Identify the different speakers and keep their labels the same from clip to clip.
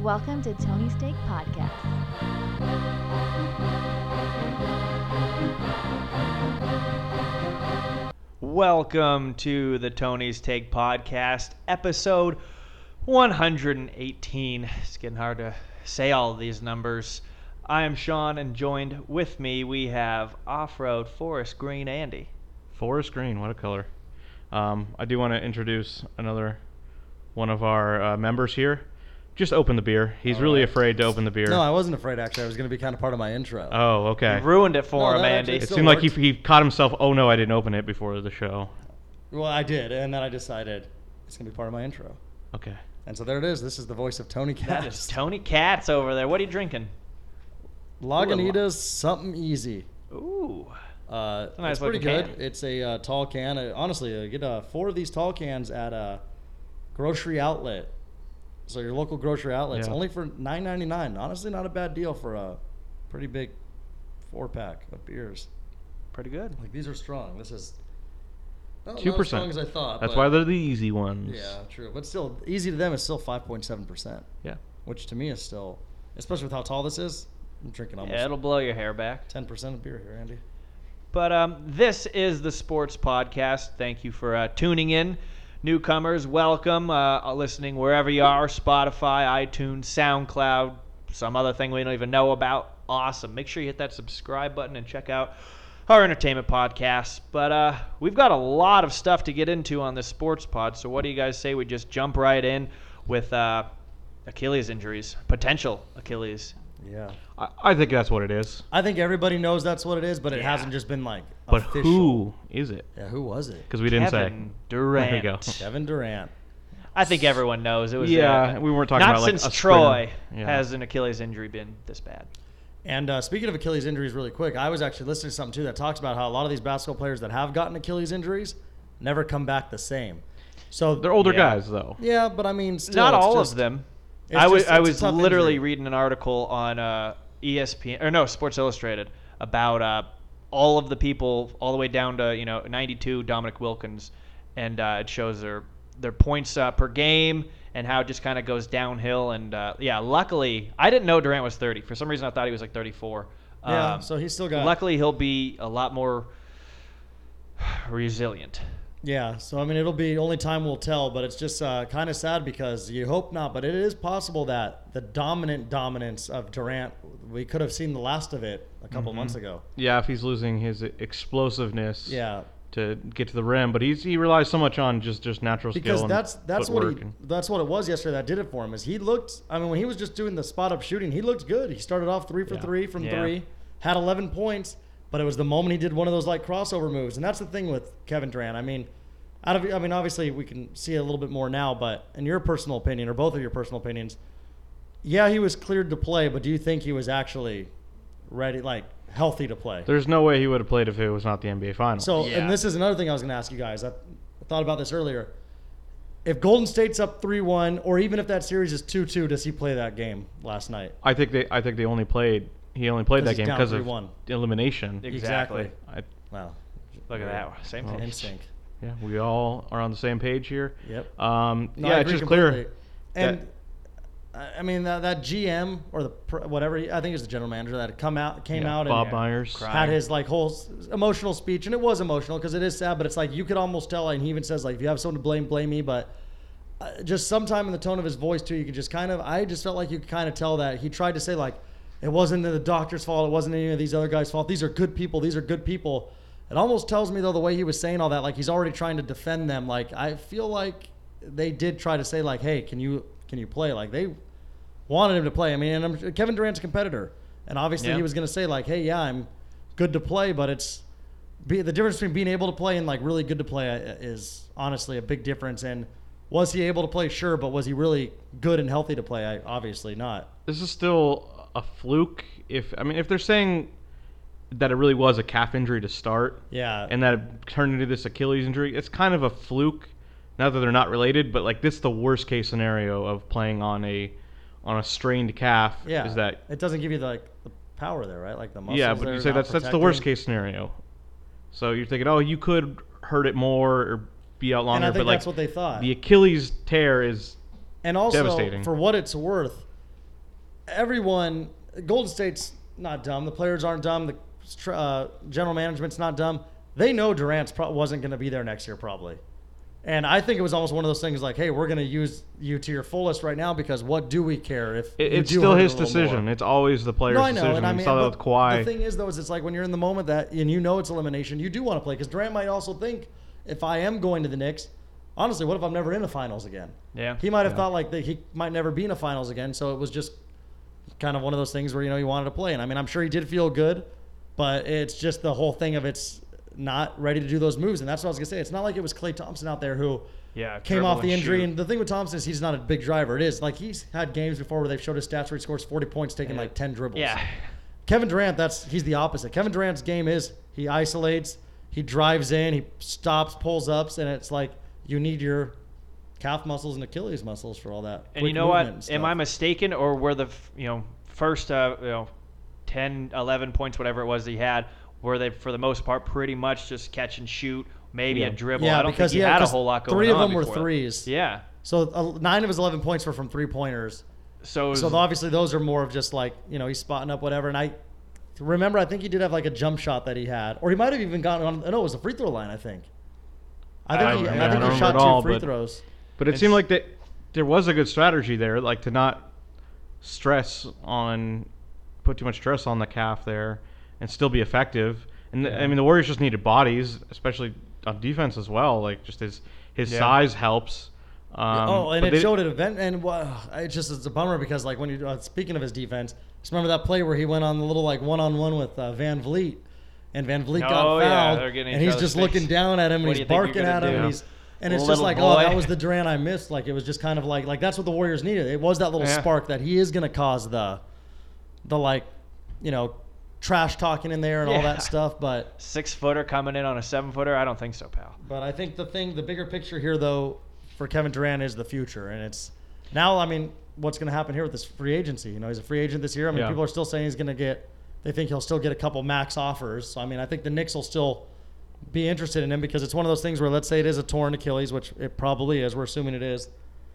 Speaker 1: Welcome to Tony Steak Podcast.
Speaker 2: Welcome to the Tony's Take Podcast, episode 118. It's getting hard to say all these numbers. I am Sean, and joined with me we have off road forest green Andy.
Speaker 3: Forest green, what a color. Um, I do want to introduce another one of our uh, members here. Just open the beer. He's really afraid to open the beer.
Speaker 4: No, I wasn't afraid actually. I was going to be kind of part of my intro.
Speaker 3: oh, okay.
Speaker 2: You ruined it for
Speaker 4: No,
Speaker 2: him,
Speaker 4: that
Speaker 2: Andy.
Speaker 4: actually
Speaker 3: it
Speaker 4: still
Speaker 3: seemed like he,
Speaker 4: worked.
Speaker 3: he caught himself. Oh no, I didn't open it before the show.
Speaker 4: well, I did, and then I decided it's going to be part of my intro.
Speaker 3: Okay.
Speaker 4: And so there it is. This is the voice of Tony
Speaker 2: that
Speaker 4: Katz.
Speaker 2: is Tony Katz over there. What are you drinking?
Speaker 4: Lagunitas, something easy.
Speaker 2: Ooh.
Speaker 4: Uh, it's,
Speaker 2: a nice
Speaker 4: pretty
Speaker 2: looking
Speaker 4: good.
Speaker 2: can.
Speaker 4: It's a uh, tall can. Uh, honestly, uh, get uh, four of these tall cans at a grocery outlet. So your local grocery outlets,
Speaker 3: Yeah.
Speaker 4: only for nine ninety nine. Honestly, not a bad deal for a pretty big four pack of beers.
Speaker 2: Pretty good.
Speaker 4: Like these are strong. This is not- not
Speaker 3: Two
Speaker 4: as strong
Speaker 3: percent.
Speaker 4: as I thought.
Speaker 3: That's
Speaker 4: but-
Speaker 3: why they're the easy ones.
Speaker 4: Yeah, true. But still, easy to them is still 5.7%,
Speaker 3: Yeah.
Speaker 4: which to me is still, especially with how tall this is, I'm drinking almost
Speaker 2: Yeah, it'll blow your hair back.
Speaker 4: 10% of beer here, Andy.
Speaker 2: But um, this is the sports podcast. Thank you for uh, tuning in. Newcomers, welcome. Uh, listening wherever you are Spotify, iTunes, SoundCloud, some other thing we don't even know about. Awesome. Make sure you hit that subscribe button and check out our entertainment podcast. But uh, we've got a lot of stuff to get into on this sports pod. So, what do you guys say we just jump right in with uh, Achilles injuries, potential Achilles?
Speaker 4: Yeah.
Speaker 3: I, I think that's what it is.
Speaker 4: I think everybody knows that's what it is, but it
Speaker 2: Yeah.
Speaker 4: hasn't just been like
Speaker 3: But
Speaker 4: official.
Speaker 3: who is it?
Speaker 4: Yeah, who was it?
Speaker 3: Because we didn't
Speaker 2: Kevin
Speaker 3: say.
Speaker 2: Durant.
Speaker 3: There we go.
Speaker 4: Kevin Durant.
Speaker 2: I think everyone knows it was.
Speaker 3: Yeah,
Speaker 2: uh,
Speaker 3: we weren't talking
Speaker 2: not
Speaker 3: about, like,
Speaker 2: since
Speaker 3: a sprinter.
Speaker 2: Troy
Speaker 3: Yeah.
Speaker 2: has an Achilles injury been this bad.
Speaker 4: And uh, speaking of Achilles injuries, really quick, I was actually listening to something too that talks about how a lot of these basketball players that have gotten Achilles injuries never come back the same. So
Speaker 3: They're older
Speaker 2: Yeah.
Speaker 3: guys though.
Speaker 4: Yeah, but I mean, still,
Speaker 2: not
Speaker 4: it's
Speaker 2: all
Speaker 4: just-
Speaker 2: of them.
Speaker 4: it's
Speaker 2: I was
Speaker 4: just-
Speaker 2: I
Speaker 4: it's a
Speaker 2: was
Speaker 4: tough
Speaker 2: literally
Speaker 4: injury.
Speaker 2: reading an article on uh, ESPN or no Sports Illustrated about uh, all of the people all the way down to you know 92 Dominic Wilkins, and uh, it shows their their points uh, per game and how it just kind of goes downhill. And uh, yeah, luckily I didn't know Durant was 30. For some reason I thought he was like 34.
Speaker 4: Yeah, so he's still got-
Speaker 2: Luckily he'll be a lot more resilient.
Speaker 4: Yeah, so I mean, it'll be only time will tell, but it's just uh, kind of sad because you hope not, but it is possible that the dominant dominance of Durant, we could have seen the last of it a
Speaker 2: Mm-hmm.
Speaker 4: couple months ago.
Speaker 3: Yeah, if he's losing his explosiveness.
Speaker 4: Mm-hmm. Yeah,
Speaker 3: to get to the rim, but he's he relies so much on just just natural skill.
Speaker 4: because
Speaker 3: and
Speaker 4: that's that's what he
Speaker 3: footwork and-
Speaker 4: that's what it was yesterday that did it for him. Is he looked? I mean, when he was just doing the spot up shooting, he looked good. He started off three for
Speaker 3: Yeah.
Speaker 4: three from
Speaker 2: Yeah.
Speaker 4: three, had 11 points, but it was the moment he did one of those like crossover moves, and that's the thing with Kevin Durant. I mean, out of I mean, obviously we can see a little bit more now, but in your personal opinion, or both of your personal opinions, yeah, he was cleared to play, but do you think he was actually ready, like healthy to play?
Speaker 3: There's no way he would have played if it was not the NBA Finals.
Speaker 4: So,
Speaker 2: Yeah.
Speaker 4: and this is another thing I was going to ask you guys. I, I thought about this earlier. If Golden State's up 3 1, or even if that series is 2 2, does he play that game last night?
Speaker 3: I think they I think they only played he only played that
Speaker 4: 'Cause he's
Speaker 3: game
Speaker 4: down
Speaker 3: because of
Speaker 4: 3-1.
Speaker 3: elimination.
Speaker 2: Exactly.
Speaker 3: I,
Speaker 4: Wow.
Speaker 2: Look at that. Same
Speaker 3: Well,
Speaker 2: thing.
Speaker 4: Instinct.
Speaker 3: yeah, we all are on the same page here.
Speaker 4: Yep.
Speaker 3: Um,
Speaker 4: No, I
Speaker 3: yeah, it's
Speaker 4: agree
Speaker 3: just clear.
Speaker 4: completely. And I I mean, that, that GM or the pr- whatever, he- I think it's the general manager that had come out, came
Speaker 3: yeah,
Speaker 4: out
Speaker 3: Bob
Speaker 4: and
Speaker 3: Myers.
Speaker 2: Cry.
Speaker 4: had his like whole s- emotional speech, and it was emotional because it is sad, but it's like you could almost tell, and he even says like, if you have someone to blame, blame me. But uh, just sometime in the tone of his voice too, you could just kind of, I just felt like you could kind of tell that he tried to say like, it wasn't the doctor's fault, it wasn't any of these other guys' fault. These are good people. These are good people. It almost tells me though the way he was saying all that, like he's already trying to defend them. Like I feel like they did try to say like, hey, can you can you play? Like they wanted him to play. I mean, and I'm, Kevin Durant's a competitor, and obviously
Speaker 2: Yeah.
Speaker 4: he was going to say like, "Hey, yeah, I'm good to play," but it's be, the difference between being able to play and like really good to play uh, is honestly a big difference. And was he able to play? Sure, but was he really good and healthy to play? I, obviously not.
Speaker 3: This is still a fluke. If I mean, if they're saying that it really was a calf injury to start,
Speaker 4: Yeah,
Speaker 3: and that it turned into this Achilles injury. It's kind of a fluke. Not that they're not related, but like this is the worst case scenario of playing on a on a strained calf.
Speaker 4: yeah,
Speaker 3: Is that
Speaker 4: it doesn't give you the, like the power there, right? Like the muscles.
Speaker 3: yeah? But
Speaker 4: there
Speaker 3: you say
Speaker 4: not
Speaker 3: that's that's the
Speaker 4: protecting.
Speaker 3: worst case scenario. So you're thinking, oh, you could hurt it more or be out
Speaker 4: And
Speaker 3: longer.
Speaker 4: I think
Speaker 3: but like
Speaker 4: that's what they thought.
Speaker 3: the Achilles tear is
Speaker 4: And also,
Speaker 3: Devastating.
Speaker 4: for what it's worth, everyone, Golden State's not dumb. The players aren't dumb. The str- uh, general management's not dumb. They know Durant pro- wasn't going to be there next year, probably. And I think it was almost one of those things like, hey, we're going to use you to your fullest right now because what do we care if
Speaker 3: It,
Speaker 4: you
Speaker 3: it's
Speaker 4: do
Speaker 3: still
Speaker 4: hurt it
Speaker 3: his
Speaker 4: a little more?
Speaker 3: decision. It's always the player's
Speaker 4: No, I know,
Speaker 3: decision.
Speaker 4: and I
Speaker 3: We
Speaker 4: mean,
Speaker 3: saw that
Speaker 4: but
Speaker 3: with Kawhi.
Speaker 4: the thing is though, is it's like when you're in the moment that and you know it's elimination, you do want to play because Durant might also think if I am going to the Knicks, honestly, what if I'm never in the finals again?
Speaker 2: Yeah.
Speaker 4: He might have
Speaker 3: Yeah.
Speaker 4: thought like that he might never be in the finals again, so it was just kind of one of those things where you know he wanted to play, and I mean, I'm sure he did feel good, but it's just the whole thing of it's not ready to do those moves, and that's what I was gonna say. It's not like it was Clay Thompson out there who
Speaker 2: Yeah,
Speaker 4: came
Speaker 2: dribble
Speaker 4: off the
Speaker 2: and
Speaker 4: injury.
Speaker 2: shoot.
Speaker 4: And the thing with Thompson is he's not a big driver. It is like he's had games before where they've showed his stats where he scores 40 points, taking like 10 dribbles.
Speaker 2: Yeah.
Speaker 4: Kevin Durant, that's he's the opposite. Kevin Durant's game is he isolates, he drives in, he stops, pulls ups, and it's like you need your calf muscles and Achilles muscles for all that.
Speaker 2: And
Speaker 4: quick
Speaker 2: you know
Speaker 4: movement and
Speaker 2: what? Am I
Speaker 4: stuff.
Speaker 2: mistaken, or were the f- you know first uh, you know 10, 11 points, whatever it was that he had, were they for the most part pretty much just catch and shoot, maybe a
Speaker 3: Yeah.
Speaker 2: dribble?
Speaker 4: Yeah,
Speaker 2: I don't
Speaker 4: because
Speaker 2: think he
Speaker 4: yeah,
Speaker 2: had a
Speaker 4: 'cause
Speaker 2: whole lot going on.
Speaker 4: three of them were
Speaker 2: before that.
Speaker 4: threes.
Speaker 2: Yeah.
Speaker 4: So uh, nine of his 11 points were from three pointers.
Speaker 2: So, it was,
Speaker 4: So obviously those are more of just like you know he's spotting up whatever. And I remember I think he did have like a jump shot that he had, or he might have even gotten on. No, it was the free throw line. I think. I think
Speaker 2: I
Speaker 4: he,
Speaker 2: don't
Speaker 4: I think
Speaker 2: remember
Speaker 4: he shot
Speaker 3: at
Speaker 4: two
Speaker 3: all,
Speaker 4: free
Speaker 3: but-
Speaker 4: throws.
Speaker 3: But it
Speaker 2: It's-
Speaker 3: seemed like that there was a good strategy there, like to not stress on, put too much stress on the calf there, and still be effective. And the, I mean, the Warriors just needed bodies, especially on defense as well. Like just his his
Speaker 2: Yeah.
Speaker 3: size helps. Um,
Speaker 4: oh, and
Speaker 3: but
Speaker 4: it
Speaker 3: they-
Speaker 4: showed at event, and wow, it just it's a bummer because like when you uh, speaking of his defense, just remember that play where he went on the little like one on one with uh, Van Vliet, and Van Vliet got
Speaker 2: Oh,
Speaker 4: fouled,
Speaker 2: yeah, they're getting
Speaker 4: and
Speaker 2: each
Speaker 4: he's
Speaker 2: other's
Speaker 4: just looking
Speaker 2: face.
Speaker 4: down at him, and
Speaker 2: What do
Speaker 4: he's
Speaker 2: you think you're
Speaker 4: barking
Speaker 2: gonna
Speaker 4: at him,
Speaker 2: do?
Speaker 4: and he's and it's just
Speaker 2: Little
Speaker 4: like oh
Speaker 2: boy.
Speaker 4: that was the Durant I missed, like it was just kind of like like that's what the Warriors needed. It was that little
Speaker 2: Yeah.
Speaker 4: spark that he is gonna cause the, the like, you know, trash talking in there and all
Speaker 2: Yeah.
Speaker 4: that stuff, but.
Speaker 2: six footer coming in on a seven footer? I don't think so, pal.
Speaker 4: But I think the thing, the bigger picture here, though, for Kevin Durant is the future, and it's now. I mean, what's going to happen here with this free agency? You know, he's a free agent this year. I mean,
Speaker 3: Yeah.
Speaker 4: people are still saying he's going to get. They think he'll still get a couple max offers. So I mean, I think the Knicks will still be interested in him because it's one of those things where let's say it is a torn Achilles, which it probably is. We're assuming it is.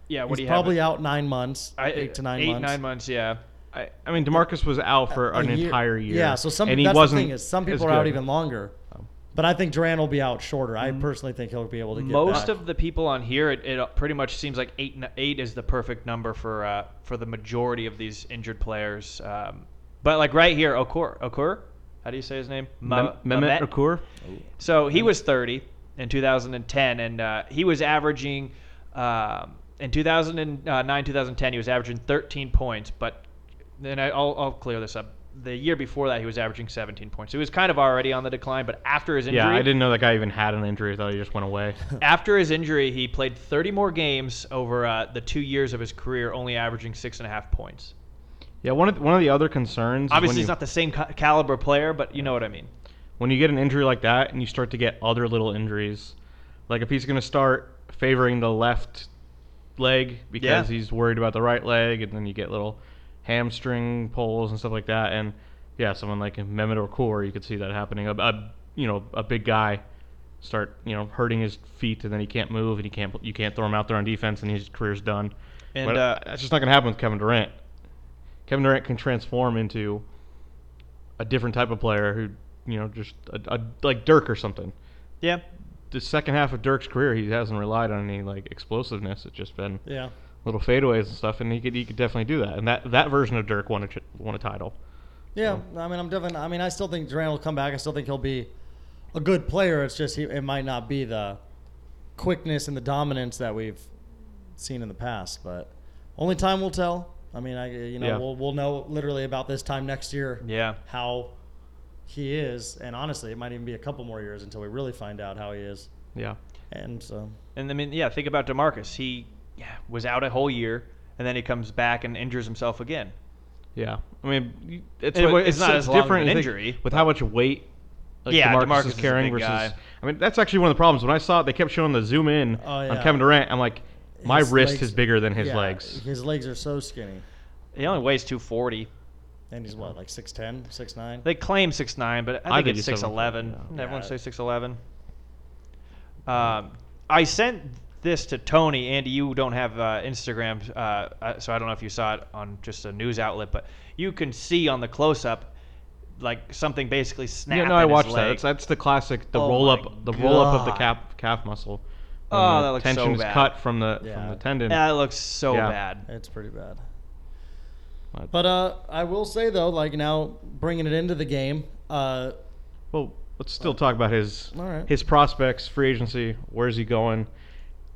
Speaker 2: Yeah, what
Speaker 4: He's
Speaker 2: do you
Speaker 4: probably
Speaker 2: have?
Speaker 4: out nine months,
Speaker 2: I-
Speaker 4: eight to nine
Speaker 2: eight,
Speaker 4: months.
Speaker 2: nine months. Yeah.
Speaker 3: I, I mean, Demarcus was out for
Speaker 4: A
Speaker 3: an
Speaker 4: year-
Speaker 3: entire year.
Speaker 4: Yeah, so some
Speaker 3: and he
Speaker 4: that's
Speaker 3: wasn't
Speaker 4: the thing is some
Speaker 3: as
Speaker 4: people are out
Speaker 3: good.
Speaker 4: even longer. But I think Durant will be out shorter. I personally think he'll be able to get
Speaker 2: Most
Speaker 4: back.
Speaker 2: of the people on here, it, it pretty much seems like eight n- eight is the perfect number for uh, for the majority of these injured players. Um, but like right here, Okur, Okur, how do you say his name?
Speaker 3: Mem-
Speaker 2: Ma-
Speaker 3: Mehmet
Speaker 2: Mehmet?
Speaker 3: Okur.
Speaker 2: So he was 30 in 2010, and uh, he was averaging um, in 2009, 2010, he was averaging 13 points. But then I, I'll, I'll clear this up. The year before that, he was averaging 17 points. So he was kind of already on the decline. But after his injury,
Speaker 3: Yeah, I didn't know that guy even had an injury. I thought he just went away.
Speaker 2: after his injury, he played 30 more games over uh, the two years of his career, only averaging six and a half points.
Speaker 3: yeah, one of the, one of the other concerns. is when
Speaker 2: Obviously,
Speaker 3: you-
Speaker 2: he's not the same ca- caliber player, but you know what I mean.
Speaker 3: when you get an injury like that and you start to get other little injuries, like if he's going to start favoring the left leg because
Speaker 2: Yeah.
Speaker 3: he's worried about the right leg, and then you get little hamstring pulls and stuff like that, and yeah, someone like Mehmet or you could see that happening. A, a you know a big guy start you know hurting his feet, and then he can't move, and he can't you can't throw him out there on defense, and his career's done.
Speaker 2: And,
Speaker 3: But
Speaker 2: uh,
Speaker 3: that's just not going to happen with Kevin Durant. Kevin Durant can transform into a different type of player who, you know, just a, a, like Dirk or something.
Speaker 2: Yeah.
Speaker 3: The second half of Dirk's career, he hasn't relied on any like explosiveness. It's just been
Speaker 4: yeah.
Speaker 3: little fadeaways and stuff, and he could he could definitely do that. And that that version of Dirk won a ch- won a title.
Speaker 4: Yeah, I mean, I'm definitely. I mean, I still think Durant will come back. I still think he'll be a good player. It's just he, it might not be the quickness and the dominance that we've seen in the past. But only time will tell. I mean, I you know
Speaker 3: Yeah.
Speaker 4: we'll we'll know literally about this time next year
Speaker 2: Yeah.
Speaker 4: how he is, and honestly, it might even be a couple more years until we really find out how he is.
Speaker 3: Yeah,
Speaker 4: And uh, so
Speaker 2: And I mean, yeah, think about DeMarcus. He yeah, was out a whole year, and then he comes back and injures himself again.
Speaker 3: yeah. I mean, you- it's
Speaker 2: It
Speaker 3: what-
Speaker 2: wa- it's not
Speaker 3: so
Speaker 2: as long of
Speaker 3: different
Speaker 2: an
Speaker 3: I think,
Speaker 2: injury,
Speaker 3: with how much weight. Like
Speaker 2: Yeah,
Speaker 3: DeMarcus,
Speaker 2: DeMarcus
Speaker 3: is
Speaker 2: is a
Speaker 3: carrying
Speaker 2: big
Speaker 3: versus.
Speaker 2: guy.
Speaker 3: I mean, that's actually one of the problems. When I saw it, they kept showing the zoom in
Speaker 4: Oh,
Speaker 3: on
Speaker 4: yeah.
Speaker 3: Kevin Durant. I'm like, my
Speaker 4: His
Speaker 3: wrist
Speaker 4: legs-
Speaker 3: is bigger than his
Speaker 4: yeah,
Speaker 3: legs.
Speaker 4: His legs are so skinny,
Speaker 2: He only weighs 240.
Speaker 4: and he's what like 6'10", 6'9"?
Speaker 2: They claim 6'9", but I
Speaker 3: I
Speaker 2: think
Speaker 3: think
Speaker 2: it's
Speaker 3: he's
Speaker 2: 6'11".
Speaker 3: 7'4", yeah.
Speaker 2: Didn't Everyone
Speaker 4: Yeah.
Speaker 2: say 6'11". Um, I sent this to Tony. Andy, you don't have uh, Instagram, uh, uh, so I don't know if you saw it on just a news outlet, but you can see on the close up, like something basically snapped.
Speaker 3: yeah, no, I watched that. That's, that's the classic, the
Speaker 2: Oh
Speaker 3: roll
Speaker 2: my
Speaker 3: up, the roll up of the
Speaker 2: God.
Speaker 3: calf calf muscle.
Speaker 2: Oh,
Speaker 3: When the
Speaker 2: that looks so
Speaker 3: tension is
Speaker 2: bad.
Speaker 3: cut from the
Speaker 4: Yeah.
Speaker 3: from the tendon.
Speaker 2: that looks so
Speaker 3: Yeah.
Speaker 2: bad.
Speaker 4: It's pretty bad.
Speaker 3: But-
Speaker 4: But uh, I will say though, like now bringing it into the game, uh,
Speaker 3: Well, let's still talk about his
Speaker 4: All right.
Speaker 3: his prospects, free agency. Where's he going?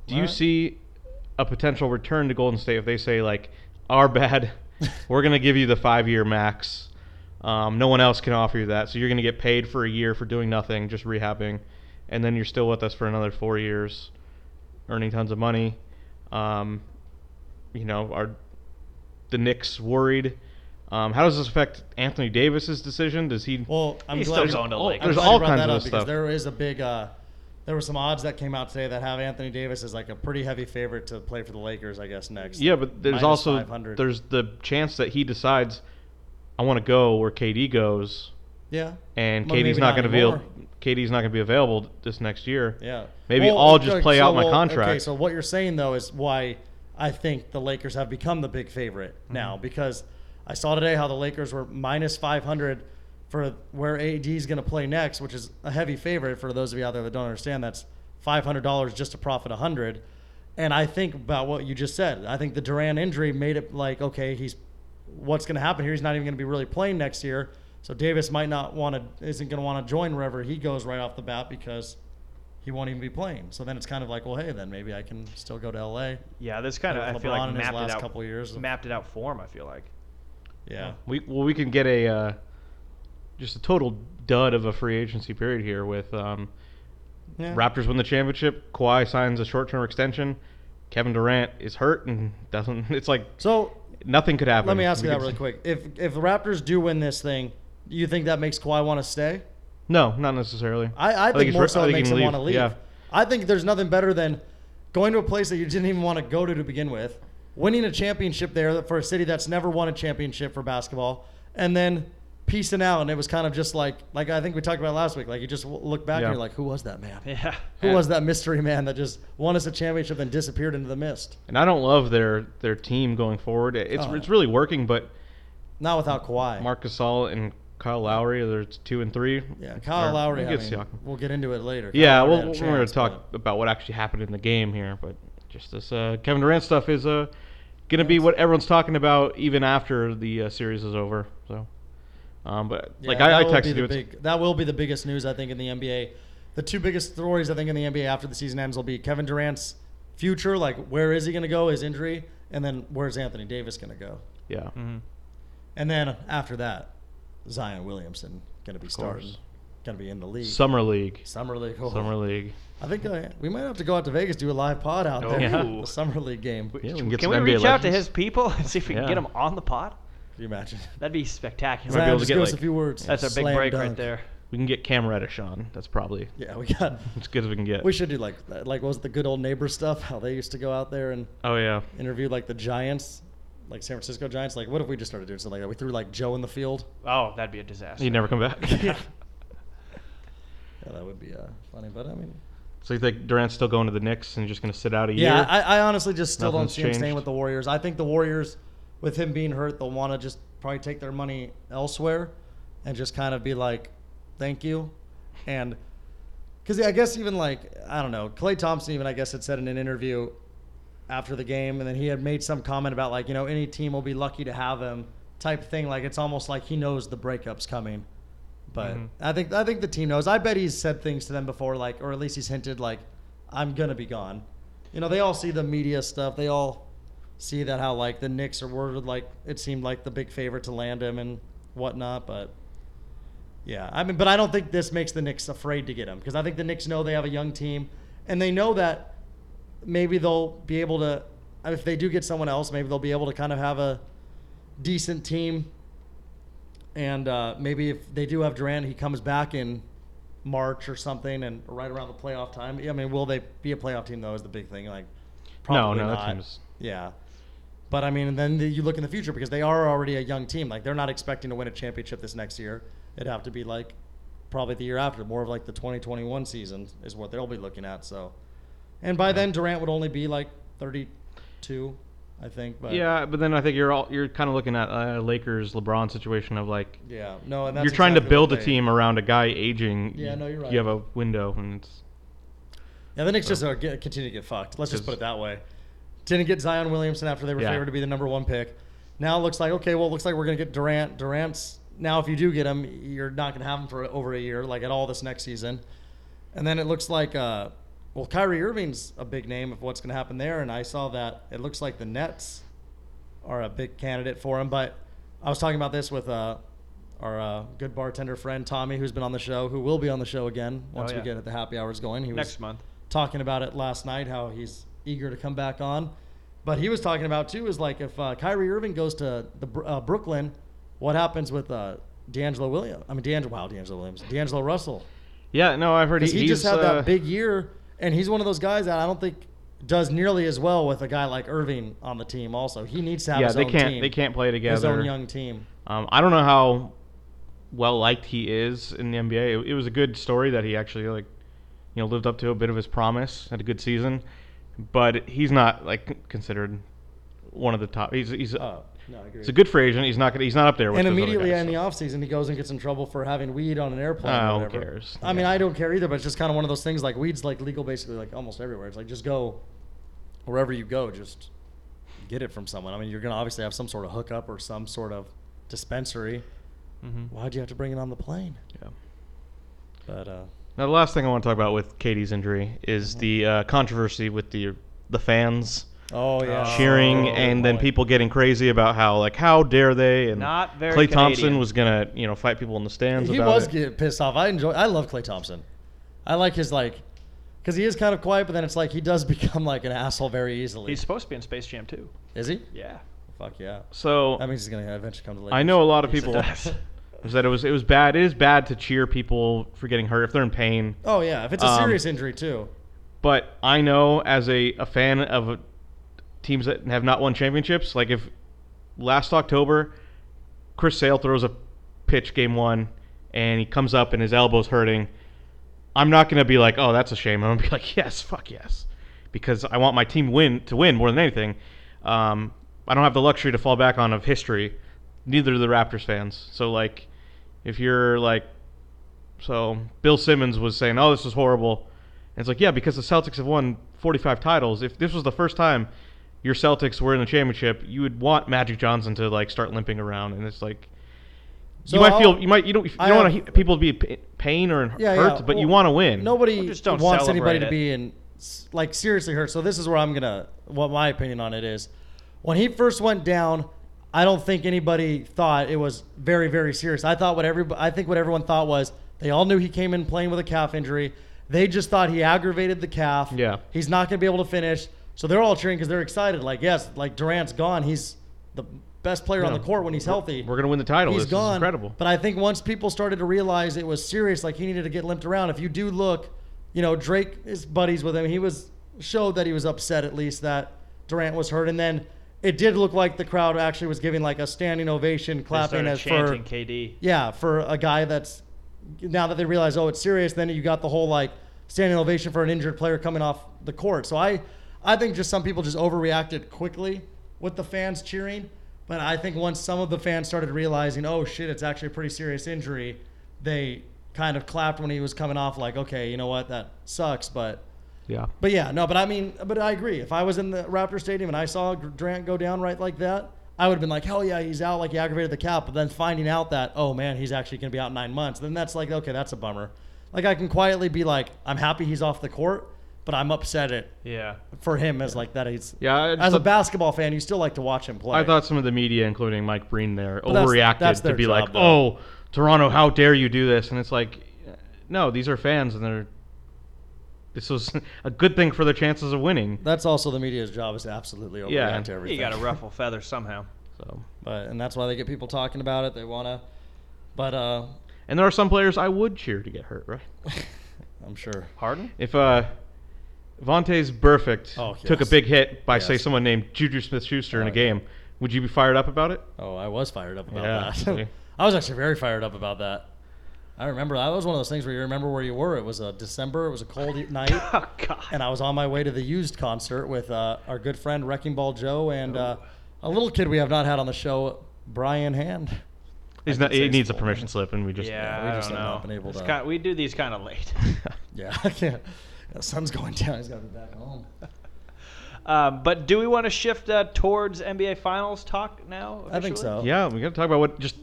Speaker 3: Do
Speaker 4: All
Speaker 3: you
Speaker 4: right.
Speaker 3: see a potential return to Golden State if they say like, "Our bad, we're gonna give you the five year max. Um, no one else can offer you that, so you're gonna get paid for a year for doing nothing, just rehabbing, and then you're still with us for another four years, earning tons of money." Um, you know, are the Knicks worried? Um, how does this affect Anthony Davis's decision? Does he?
Speaker 4: well, I'm
Speaker 2: He's
Speaker 4: glad
Speaker 2: still going to the
Speaker 3: oh,
Speaker 2: Lakers.
Speaker 4: I'm
Speaker 3: There's
Speaker 4: glad
Speaker 3: all
Speaker 4: you brought
Speaker 3: kinds of
Speaker 4: that up
Speaker 3: this
Speaker 4: because
Speaker 3: stuff.
Speaker 4: There is a big. Uh, there were some odds that came out today that have Anthony Davis as like a pretty heavy favorite to play for the Lakers, I guess next.
Speaker 3: Yeah, but there's
Speaker 4: Minus
Speaker 3: also
Speaker 4: 500.
Speaker 3: there's the chance that he decides I want to go where KD goes,
Speaker 4: yeah,
Speaker 3: and
Speaker 4: Well,
Speaker 3: KD's
Speaker 4: maybe
Speaker 3: not,
Speaker 4: not
Speaker 3: going to be able,
Speaker 4: anymore.
Speaker 3: KD's not going to be available this next year.
Speaker 4: yeah.
Speaker 3: Maybe I'll just
Speaker 4: okay,
Speaker 3: play
Speaker 4: so,
Speaker 3: out my
Speaker 4: well, Okay,
Speaker 3: contract.
Speaker 4: so what you're saying though is why I think the Lakers have become the big favorite
Speaker 3: Mm-hmm.
Speaker 4: now because I saw today how the Lakers were minus 500 for where AD is going to play next, which is a heavy favorite for those of you out there that don't understand. That's $500 just to profit 100. And I think about what you just said. I think the Duran injury made it like okay, he's what's going to happen here. He's not even going to be really playing next year. So Davis might not want to isn't going to want to join wherever he goes right off the bat because he won't even be playing. So then it's kind of like, well, hey, then maybe I can still go to LA.
Speaker 2: Yeah, this kind of
Speaker 4: Yeah,
Speaker 2: I feel
Speaker 4: LeBron
Speaker 2: like
Speaker 4: in his
Speaker 2: mapped it
Speaker 4: last
Speaker 2: out.
Speaker 4: couple years of-
Speaker 2: mapped it out for him. I feel like.
Speaker 4: Yeah.
Speaker 3: We well we can get a uh, just a total dud of a free agency period here with um,
Speaker 4: Yeah.
Speaker 3: Raptors win the championship, Kawhi signs a short-term extension, Kevin Durant is hurt and doesn't. It's like
Speaker 4: So
Speaker 3: nothing could happen.
Speaker 4: let me ask
Speaker 3: We
Speaker 4: you that
Speaker 3: could-
Speaker 4: really quick. If if the Raptors do win this thing, do you think that makes Kawhi want to stay?
Speaker 3: No, not necessarily.
Speaker 4: I, I think
Speaker 3: he's
Speaker 4: more
Speaker 3: re-
Speaker 4: so it
Speaker 3: think he
Speaker 4: makes
Speaker 3: can
Speaker 4: him want to leave.
Speaker 3: Yeah.
Speaker 4: I think there's nothing better than going to a place that you didn't even want to go to to begin with, winning a championship there for a city that's never won a championship for basketball, and then piecing out. And it was kind of just like, like I think we talked about last week. Like you just w- look back
Speaker 3: Yeah.
Speaker 4: and you're like, who was that man?
Speaker 2: Yeah.
Speaker 4: Who was that mystery man that just won us a championship and disappeared into the mist?
Speaker 3: And I don't love their their team going forward. It's
Speaker 4: Oh.
Speaker 3: it's really working, but
Speaker 4: Not without Kawhi.
Speaker 3: Marc Gasol and Kyle Lowry, they're two and three.
Speaker 4: yeah,
Speaker 3: Or-
Speaker 4: Kyle Lowry.
Speaker 3: I
Speaker 4: I
Speaker 3: think it's
Speaker 4: mean,
Speaker 3: Siakam.
Speaker 4: we'll get into it later. Kyle
Speaker 3: Yeah,
Speaker 4: Lowry
Speaker 3: we'll,
Speaker 4: had a
Speaker 3: we're going
Speaker 4: chance,
Speaker 3: to talk
Speaker 4: but-
Speaker 3: about what actually happened in the game here, but just this uh, Kevin Durant stuff is uh, going to be what everyone's talking about even after the uh, series is over. So, um, but like
Speaker 4: Yeah,
Speaker 3: I, I
Speaker 4: that will be
Speaker 3: texted
Speaker 4: the
Speaker 3: you, it's-
Speaker 4: big- that will be the biggest news I think in the NBA. The two biggest stories I think in the NBA after the season ends will be Kevin Durant's future, like where is he going to go, his injury, and then where's Anthony Davis going to go,
Speaker 3: yeah,
Speaker 4: Mm-hmm.
Speaker 2: Mhm.
Speaker 4: and then after that, Zion Williamson going to be
Speaker 3: course.
Speaker 4: starting, going to be in the league.
Speaker 3: summer league,
Speaker 4: Summer league. oh.
Speaker 3: summer league.
Speaker 4: I think uh, we might have to go out to Vegas do a live pod out
Speaker 2: Oh,
Speaker 4: there.
Speaker 3: yeah.
Speaker 4: The summer league game. Can
Speaker 3: Yeah,
Speaker 2: Can
Speaker 3: can
Speaker 2: we,
Speaker 3: get some NBA
Speaker 2: reach out to
Speaker 3: legends.
Speaker 2: his people and see if we can
Speaker 3: Yeah.
Speaker 2: get him on the pod?
Speaker 4: you imagine?
Speaker 2: That'd be spectacular.
Speaker 3: Might be
Speaker 4: Zion,
Speaker 3: able to
Speaker 4: just
Speaker 3: get,
Speaker 4: give us
Speaker 3: like-
Speaker 4: a few words.
Speaker 2: That's a big
Speaker 4: Slam
Speaker 2: break right
Speaker 4: dunk.
Speaker 2: there.
Speaker 3: We can get Cam Reddish on. That's probably
Speaker 4: Yeah, we got.
Speaker 3: as good as we can get.
Speaker 4: We should do like like what was it, the good old neighbor stuff? How they used to go out there and
Speaker 3: Oh yeah.
Speaker 4: interviewed like the Giants, like San Francisco Giants. Like, what if we just started doing something like that? We threw like Joe in the field.
Speaker 2: Oh, that'd be a disaster.
Speaker 3: You never come back.
Speaker 4: Yeah, that would be uh, funny. But I mean,
Speaker 3: so you think Durant's still going to the Knicks and just going to sit out a year?
Speaker 4: yeah, I, I honestly just still
Speaker 3: Nothing's
Speaker 4: don't see him staying
Speaker 3: changed.
Speaker 4: with the Warriors. I think the Warriors, with him being hurt, they'll want to just probably take their money elsewhere and just kind of be like, thank you. And because I guess even like, I don't know, Clay Thompson, even I guess, had said in an interview after the game, and then he had made some comment about like, you know, any team will be lucky to have him type thing. Like it's almost like he knows the breakup's coming. But
Speaker 3: Mhm.
Speaker 4: I think I think the team knows. I bet he's said things to them before, like or at least he's hinted like, I'm gonna be gone. You know, they all see the media stuff. They all see that how like the Knicks are worded like it seemed like the big favorite to land him and whatnot, but yeah, I mean, but I don't think this makes the Knicks afraid to get him because I think the Knicks know they have a young team, and they know that maybe they'll be able to, if they do get someone else, maybe they'll be able to kind of have a decent team. And uh, maybe if they do have Durant, he comes back in March or something, and right around the playoff time. I mean, will they be a playoff team though? Is the big thing like? Probably
Speaker 3: no, that
Speaker 4: not.
Speaker 3: team's-
Speaker 4: yeah. But I mean, and then the, you look in the future because they are already a young team. Like they're not expecting to win a championship this next year. It'd have to be like probably the year after, more of like the 2021 season is what they'll be looking at. So And by then, Durant would only be like 32, I think. But
Speaker 3: yeah, but then I think you're all you're kind of looking at a Lakers LeBron situation of like
Speaker 4: yeah, no, and that's
Speaker 3: you're trying to
Speaker 4: exactly what
Speaker 3: build a
Speaker 4: they-
Speaker 3: team around a guy aging.
Speaker 4: Yeah, no, you're right.
Speaker 3: You have a window, and it's
Speaker 4: Yeah, the Knicks just are get, continue to get fucked. Let's just
Speaker 3: Because-
Speaker 4: put it that way. Didn't get Zion Williamson after they were
Speaker 3: Yeah.
Speaker 4: favored to be the number one pick. Now it looks like okay, well, it looks like we're gonna get Durant. Durant's now, if you do get him, you're not gonna have him for over a year, like at all this next season. And then it looks like, uh, well, Kyrie Irving's a big name of what's gonna happen there. And I saw that it looks like the Nets are a big candidate for him. But I was talking about this with uh, our uh, good bartender friend Tommy, who's been on the show, who will be on the show again once
Speaker 2: yeah.
Speaker 4: we get the happy hours going. He was-
Speaker 2: next month.
Speaker 4: talking about it last night, how he's eager to come back on. But he was talking about too is like if uh, Kyrie Irving goes to the Br- uh, Brooklyn, what happens with uh, D'Angelo Williams? I mean D'Angelo, wow, D'Angelo Williams, D'Angelo Russell,
Speaker 3: yeah. No, I've heard
Speaker 4: because he just
Speaker 3: he's,
Speaker 4: had
Speaker 3: uh,
Speaker 4: that big year, and he's one of those guys that I don't think does nearly as well with a guy like Irving on the team. Also, he needs to have
Speaker 3: Yeah,
Speaker 4: his
Speaker 3: they
Speaker 4: own
Speaker 3: can't
Speaker 4: team,
Speaker 3: they can't play together.
Speaker 4: his own young team.
Speaker 3: Um, I don't know how well liked he is in the NBA. It, it was a good story that he actually like, you know, lived up to a bit of his promise, had a good season, but he's not like considered one of the top. He's he's
Speaker 4: Oh, no, I agree.
Speaker 3: it's a good free agent. He's not gonna, he's not up there. With
Speaker 4: and
Speaker 3: those other
Speaker 4: immediately
Speaker 3: guys,
Speaker 4: in the
Speaker 3: so.
Speaker 4: offseason, he goes and gets in trouble for having weed on an airplane.
Speaker 3: Oh,
Speaker 4: or
Speaker 3: who
Speaker 4: whatever.
Speaker 3: cares?
Speaker 4: I mean,
Speaker 3: Yeah.
Speaker 4: I don't care either, but it's just kind of one of those things like weed's like legal basically like almost everywhere. It's like just go wherever you go, just get it from someone. I mean, you're going to obviously have some sort of hookup or some sort of dispensary.
Speaker 2: Mm-hmm.
Speaker 4: Why'd you have to bring it on the plane?
Speaker 3: Yeah.
Speaker 4: But, uh,
Speaker 3: Now the last thing I want to talk about with Katie's injury is
Speaker 4: Uh-huh.
Speaker 3: the uh, controversy with the the fans
Speaker 4: oh, yeah.
Speaker 3: Uh, cheering
Speaker 2: Oh,
Speaker 3: and then
Speaker 2: boy.
Speaker 3: people getting crazy about how like how dare they and
Speaker 2: Not very
Speaker 3: Clay Thompson
Speaker 2: Canadian.
Speaker 3: was gonna you know fight people in the stands.
Speaker 4: he
Speaker 3: about
Speaker 4: was
Speaker 3: it.
Speaker 4: getting pissed off. I enjoy. I love Clay Thompson. I like his like, because he is kind of quiet, but then it's like he does become like an asshole very easily.
Speaker 2: He's supposed to be in Space Jam too.
Speaker 4: is he?
Speaker 2: Yeah.
Speaker 4: Fuck yeah.
Speaker 3: So
Speaker 4: That means he's gonna eventually come to. Lakers.
Speaker 3: I know a lot of
Speaker 2: Yes, it
Speaker 3: people
Speaker 2: does.
Speaker 3: was that it was it was bad. It is bad to cheer people for getting hurt if they're in pain.
Speaker 4: Oh yeah, if it's a
Speaker 3: Um,
Speaker 4: serious injury too.
Speaker 3: But I know as a, a fan of a, teams that have not won championships, like if last October Chris Sale throws a pitch game one and he comes up and his elbow's hurting, I'm not gonna be like, oh, that's a shame. I'm gonna be like, yes, fuck yes, because I want my team win to win more than anything. Um, I don't have the luxury to fall back on of history. Neither do the Raptors fans. So like, if you're like, so Bill Simmons was saying, oh, this is horrible. And it's like, yeah, because the Celtics have won 45 titles. If this was the first time your Celtics were in the championship, you would want Magic Johnson to like start limping around, and it's like.
Speaker 4: So
Speaker 3: you might
Speaker 4: I'll-
Speaker 3: feel you might you don't you
Speaker 4: I
Speaker 3: don't want
Speaker 4: have-
Speaker 3: to people to be in pain or in
Speaker 4: Yeah,
Speaker 3: hurt,
Speaker 4: yeah,
Speaker 3: but you
Speaker 4: well,
Speaker 3: want to win.
Speaker 4: Nobody
Speaker 2: Well, just don't
Speaker 4: wants
Speaker 2: celebrate
Speaker 4: anybody to
Speaker 2: it.
Speaker 4: be in s- like seriously hurt. So this is where I'm gonna what my opinion on it is. When he first went down, I don't think anybody thought it was very very serious. I thought what every I think what everyone thought was they all knew he came in playing with a calf injury. They just thought he aggravated the calf.
Speaker 3: Yeah.
Speaker 4: He's not going to be able to finish. So they're all cheering because they're excited. Like, yes, like Durant's gone. He's the best player on
Speaker 3: Yeah.
Speaker 4: the court when he's healthy.
Speaker 3: We're gonna win the title.
Speaker 4: He's
Speaker 3: this
Speaker 4: gone.
Speaker 3: is incredible.
Speaker 4: But I think once people started to realize it was serious, like he needed to get limped around. If you do look, you know, Drake is buddies with him. He was showed that he was upset at least that Durant was hurt, and then it did look like the crowd actually was giving like a standing ovation, clapping
Speaker 2: they
Speaker 4: as
Speaker 2: started
Speaker 4: for
Speaker 2: chanting KD.
Speaker 4: yeah, for a guy that's now that they realize, oh, it's serious, then you got the whole like standing ovation for an injured player coming off the court. So I, I think just some people just overreacted quickly with the fans cheering. But I think once some of the fans started realizing, oh shit, it's actually a pretty serious injury, they kind of clapped when he was coming off, like, okay, you know what, that sucks, but
Speaker 3: yeah.
Speaker 4: but yeah, no, but I mean, but I agree. If I was in the Raptor Stadium and I saw Durant go down right like that, I would have been like, hell yeah, he's out, like he aggravated the cap. But then finding out that, oh man, he's actually going to be out nine months, then that's like, okay, that's a bummer. Like I can quietly be like, I'm happy he's off the court, but I'm upset at
Speaker 2: Yeah.
Speaker 4: for him as like that he's.
Speaker 3: Yeah. I just
Speaker 4: As a
Speaker 3: thought-
Speaker 4: basketball fan, you still like to watch him play.
Speaker 3: I thought some of the media, including Mike Breen, there
Speaker 4: that's-
Speaker 3: overreacted
Speaker 4: that's
Speaker 3: to
Speaker 4: their
Speaker 3: be
Speaker 4: job,
Speaker 3: like,
Speaker 4: though.
Speaker 3: "Oh, Toronto, how dare you do this?" And it's like, no, these are fans, and they're. This was a good thing for their chances of winning.
Speaker 4: that's also the media's job is to absolutely overreact
Speaker 3: Yeah.
Speaker 4: to
Speaker 3: You
Speaker 4: everything.
Speaker 2: You got to ruffle feathers somehow.
Speaker 3: So,
Speaker 4: but and that's why they get people talking about it. They want to, but uh,
Speaker 3: and there are some players I would cheer to get hurt, right?
Speaker 4: I'm sure.
Speaker 2: Harden?
Speaker 3: If uh, Vontae's perfect
Speaker 4: Oh,
Speaker 3: took a
Speaker 4: yes.
Speaker 3: big hit by say
Speaker 4: Yes.
Speaker 3: someone named Juju Smith-Schuster in a
Speaker 4: Oh, yeah.
Speaker 3: game, would you be fired up about it?
Speaker 4: Oh, I was fired up about
Speaker 3: Yeah,
Speaker 4: that.
Speaker 3: see?
Speaker 4: I was actually very fired up about that. I remember that was one of those things where you remember where you were. It was a December. It was a cold night,
Speaker 2: Oh God.
Speaker 4: and I was on my way to the used concert with uh, our good friend Wrecking Ball Joe and uh, a little kid we have not had on the show, Brian Hand.
Speaker 3: He's
Speaker 4: I
Speaker 3: not,
Speaker 4: could say
Speaker 3: he needs a
Speaker 4: spoiler.
Speaker 3: permission slip, and we just
Speaker 2: yeah,
Speaker 4: we
Speaker 2: I
Speaker 4: just
Speaker 2: don't
Speaker 4: have
Speaker 2: know.
Speaker 4: not been able
Speaker 2: It's
Speaker 4: to-
Speaker 2: ki- we do these kind of late.
Speaker 4: Yeah, I can't. The sun's going down. He's got to be back home.
Speaker 2: um, but do we want to shift uh, towards NBA Finals talk now?
Speaker 4: I think
Speaker 2: officially?
Speaker 4: so.
Speaker 3: yeah. We got to talk about what just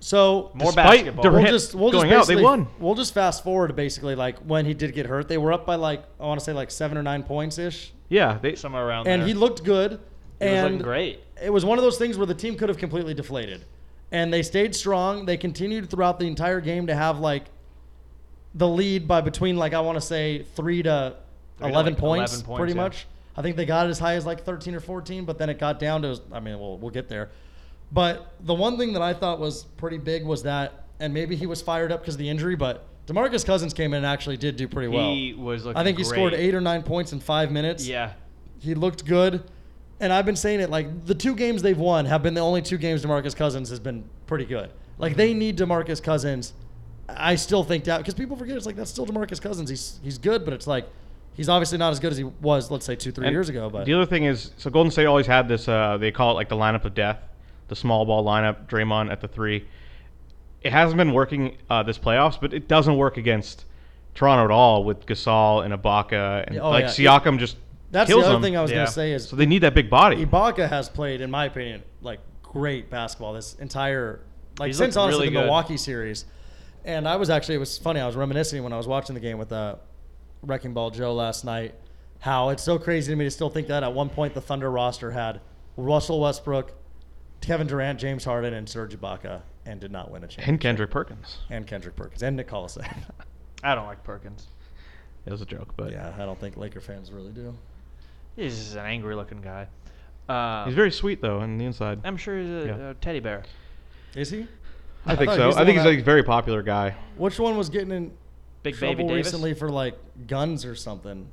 Speaker 4: So
Speaker 2: More
Speaker 3: despite
Speaker 2: basketball.
Speaker 3: Durant
Speaker 4: we'll just we'll
Speaker 3: going
Speaker 4: just
Speaker 3: out. They
Speaker 4: basically-
Speaker 3: won.
Speaker 4: We'll just fast forward to basically like when he did get hurt. They were up by like I want to say like seven or nine points ish,
Speaker 3: Yeah, they
Speaker 2: Somewhere around
Speaker 4: and
Speaker 2: there.
Speaker 4: he looked good.
Speaker 2: He was
Speaker 4: and
Speaker 2: looking great.
Speaker 4: it was one of those things where the team could have completely deflated. And they stayed strong. They continued throughout the entire game to have like the lead by between like I want to say 3 to
Speaker 2: Three to,
Speaker 4: 11
Speaker 2: like,
Speaker 4: points
Speaker 2: 11 points,
Speaker 4: pretty
Speaker 2: yeah.
Speaker 4: much. I think they got it as high as like 13 or 14, but then it got down to I mean, we'll we'll get there. But the one thing that I thought was pretty big was that and maybe he was fired up because of the injury, but DeMarcus Cousins came in and actually did do pretty well.
Speaker 2: He was looking.
Speaker 4: I think he scored
Speaker 2: great.
Speaker 4: 8 or 9 points in 5 minutes.
Speaker 2: Yeah.
Speaker 4: He looked good. And I've been saying it like the two games they've won have been the only two games DeMarcus Cousins has been pretty good. Like they need DeMarcus Cousins. I still think that because people forget it's like that's still DeMarcus Cousins. He's he's good, but it's like he's obviously not as good as he was, let's say two three
Speaker 3: And
Speaker 4: years ago. But
Speaker 3: the other thing is, so Golden State always had this. Uh, they call it like the lineup of death, the small ball lineup. Draymond at the three. It hasn't been working uh, this playoffs, but it doesn't work against Toronto at all with Gasol and Ibaka and
Speaker 4: Yeah, oh,
Speaker 3: like
Speaker 4: yeah.
Speaker 3: Siakam just
Speaker 4: that's the
Speaker 3: kills
Speaker 4: other
Speaker 3: them.
Speaker 4: thing I was
Speaker 2: Yeah.
Speaker 4: gonna say is
Speaker 3: So they need that big body.
Speaker 4: Ibaka has played, in my opinion, like great basketball this entire like
Speaker 2: He's
Speaker 4: since
Speaker 2: looked
Speaker 4: honestly
Speaker 2: really
Speaker 4: the
Speaker 2: good.
Speaker 4: Milwaukee series. And I was actually it was funny. I was reminiscing when I was watching the game with uh, Wrecking Ball Joe last night. How it's so crazy to me to still think that at one point the Thunder roster had Russell Westbrook, Kevin Durant, James Harden, and Serge Ibaka, and did not win a championship.
Speaker 3: and Kendrick Perkins.
Speaker 4: And Kendrick Perkins and Nick Collison.
Speaker 2: I don't like Perkins.
Speaker 3: It was a joke, but
Speaker 4: yeah, I don't think Laker fans really do.
Speaker 2: He's just an angry-looking guy. Uh,
Speaker 3: he's very sweet though on the inside.
Speaker 2: I'm sure he's a,
Speaker 3: Yeah.
Speaker 2: a teddy bear.
Speaker 4: Is he?
Speaker 3: I think
Speaker 4: thought
Speaker 3: so.
Speaker 4: he's the
Speaker 3: I think
Speaker 4: one
Speaker 3: he's
Speaker 4: that-
Speaker 3: like a very popular guy.
Speaker 4: Which one was getting in
Speaker 2: Big
Speaker 4: trouble
Speaker 2: baby Davis.
Speaker 4: recently for like guns or something?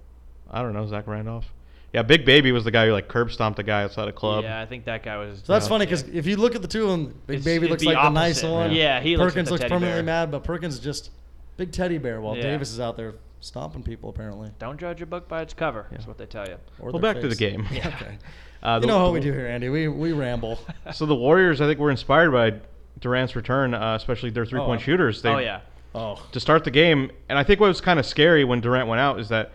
Speaker 3: I don't know Zach Randolph. Yeah, Big Baby was the guy who like curb stomped a guy outside a club.
Speaker 2: Yeah, I think that guy was.
Speaker 4: So that's
Speaker 2: yeah.
Speaker 4: funny because if you look at the two of them, Big
Speaker 2: It's-
Speaker 4: Baby
Speaker 2: it'd
Speaker 4: looks
Speaker 2: be
Speaker 4: like the nice
Speaker 2: opposite.
Speaker 4: one.
Speaker 2: Yeah, he looks like
Speaker 4: Perkins
Speaker 2: the
Speaker 4: looks
Speaker 2: teddy
Speaker 4: permanently
Speaker 2: bear.
Speaker 4: mad, but Perkins is just big teddy bear while
Speaker 2: Yeah.
Speaker 4: Davis is out there stomping people apparently.
Speaker 2: Don't judge a book by its cover. That's
Speaker 3: Yeah.
Speaker 2: what they tell you.
Speaker 4: Or
Speaker 3: Well,
Speaker 4: their
Speaker 3: back to the
Speaker 4: face.
Speaker 3: game.
Speaker 2: Yeah.
Speaker 4: Okay.
Speaker 3: Uh,
Speaker 4: you
Speaker 3: the-
Speaker 4: know how we do here, Andy. We we ramble.
Speaker 3: So
Speaker 2: Oh,
Speaker 3: the Warriors, I think, were inspired by Durant's return, uh, especially their
Speaker 4: Oh,
Speaker 3: three-point
Speaker 4: yeah.
Speaker 3: shooters. They,
Speaker 2: oh yeah.
Speaker 4: Oh,
Speaker 3: To start the game, and I think what was kind of scary when Durant went out is that,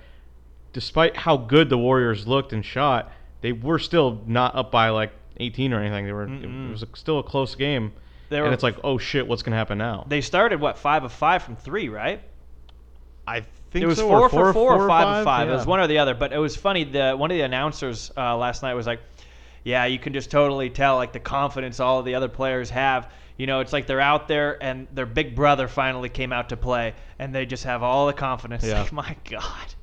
Speaker 3: despite how good the Warriors looked and shot, they were still not up by like 18 or anything. They were. It,
Speaker 2: Mm-mm.
Speaker 3: was still a close game.
Speaker 2: They were-
Speaker 3: and it's like, oh shit, what's gonna happen now?
Speaker 2: They started what five of five from three, right?
Speaker 3: I think
Speaker 2: it was
Speaker 3: so,
Speaker 2: four,
Speaker 3: or
Speaker 2: for four, or five, of
Speaker 3: of
Speaker 2: five.
Speaker 3: yeah.
Speaker 2: It was one or the other. But it was funny. The one of the announcers uh, last night was like, "Yeah, you can just totally tell like the confidence all of the other players have. You know, it's like they're out there and their big brother finally came out to play, and they just have all the confidence.
Speaker 3: Yeah.
Speaker 2: Like, my God.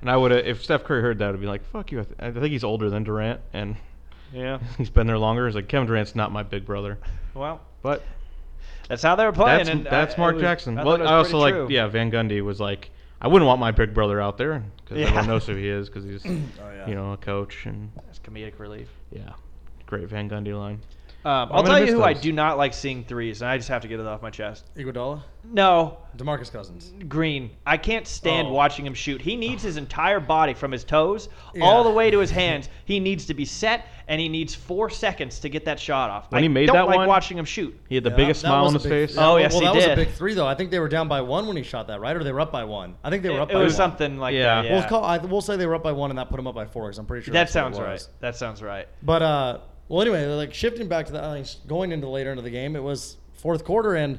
Speaker 3: And I would have, if Steph Curry heard that, would be like, fuck you. I, th- I think he's older than Durant, and
Speaker 2: Yeah.
Speaker 3: he's been there longer. He's like, Kevin Durant's not my big brother,
Speaker 2: Well,
Speaker 3: but.
Speaker 2: that's how they were playing.
Speaker 3: That's,
Speaker 2: and I-
Speaker 3: that's
Speaker 2: it
Speaker 3: Mark
Speaker 2: was-
Speaker 3: Jackson.
Speaker 2: I
Speaker 3: well,
Speaker 2: thought it was
Speaker 3: I
Speaker 2: pretty
Speaker 3: also like,
Speaker 2: true.
Speaker 3: yeah, Van Gundy was like, I wouldn't want my big brother out there because
Speaker 2: Yeah. Oh,
Speaker 3: everyone knows who he is because he's,
Speaker 4: yeah.
Speaker 3: you know, a coach and
Speaker 2: That's comedic relief.
Speaker 3: yeah, great Van Gundy line.
Speaker 2: Um,
Speaker 3: gonna
Speaker 2: I'll tell you
Speaker 3: miss
Speaker 2: who I
Speaker 3: those.
Speaker 2: do not like seeing threes, and I just have to get it off my chest.
Speaker 4: Iguodala,
Speaker 2: No,
Speaker 4: Demarcus Cousins.
Speaker 2: Green. I can't stand
Speaker 4: Oh.
Speaker 2: watching him shoot. He needs his entire body from his toes
Speaker 4: Yeah.
Speaker 2: all the way to his hands. He needs to be set, and he needs four seconds to get that shot off.
Speaker 3: When
Speaker 2: I
Speaker 3: he made
Speaker 2: don't
Speaker 3: that
Speaker 2: like
Speaker 3: one-
Speaker 2: watching him shoot.
Speaker 3: He had the
Speaker 4: Yeah,
Speaker 3: biggest
Speaker 4: that- that
Speaker 3: smile
Speaker 4: was
Speaker 3: on
Speaker 4: a
Speaker 3: his
Speaker 4: big-
Speaker 3: face.
Speaker 4: that-
Speaker 2: Oh, yes,
Speaker 4: well,
Speaker 2: he
Speaker 4: that was
Speaker 2: did.
Speaker 4: a big three though. I think they were down by one when he shot that, right? Or they were up by one. I think they were up
Speaker 2: It, it
Speaker 4: by
Speaker 2: was
Speaker 4: one.
Speaker 2: something like
Speaker 3: Yeah.
Speaker 2: that.
Speaker 4: We'll call. I, we'll say they were up by one, and that put them up by four. Because I'm pretty sure
Speaker 2: that
Speaker 4: that's what it
Speaker 2: sounds
Speaker 4: was.
Speaker 2: right. That sounds right.
Speaker 4: But uh, well, anyway, like shifting back to the uh, going into later into the game, it was fourth quarter, and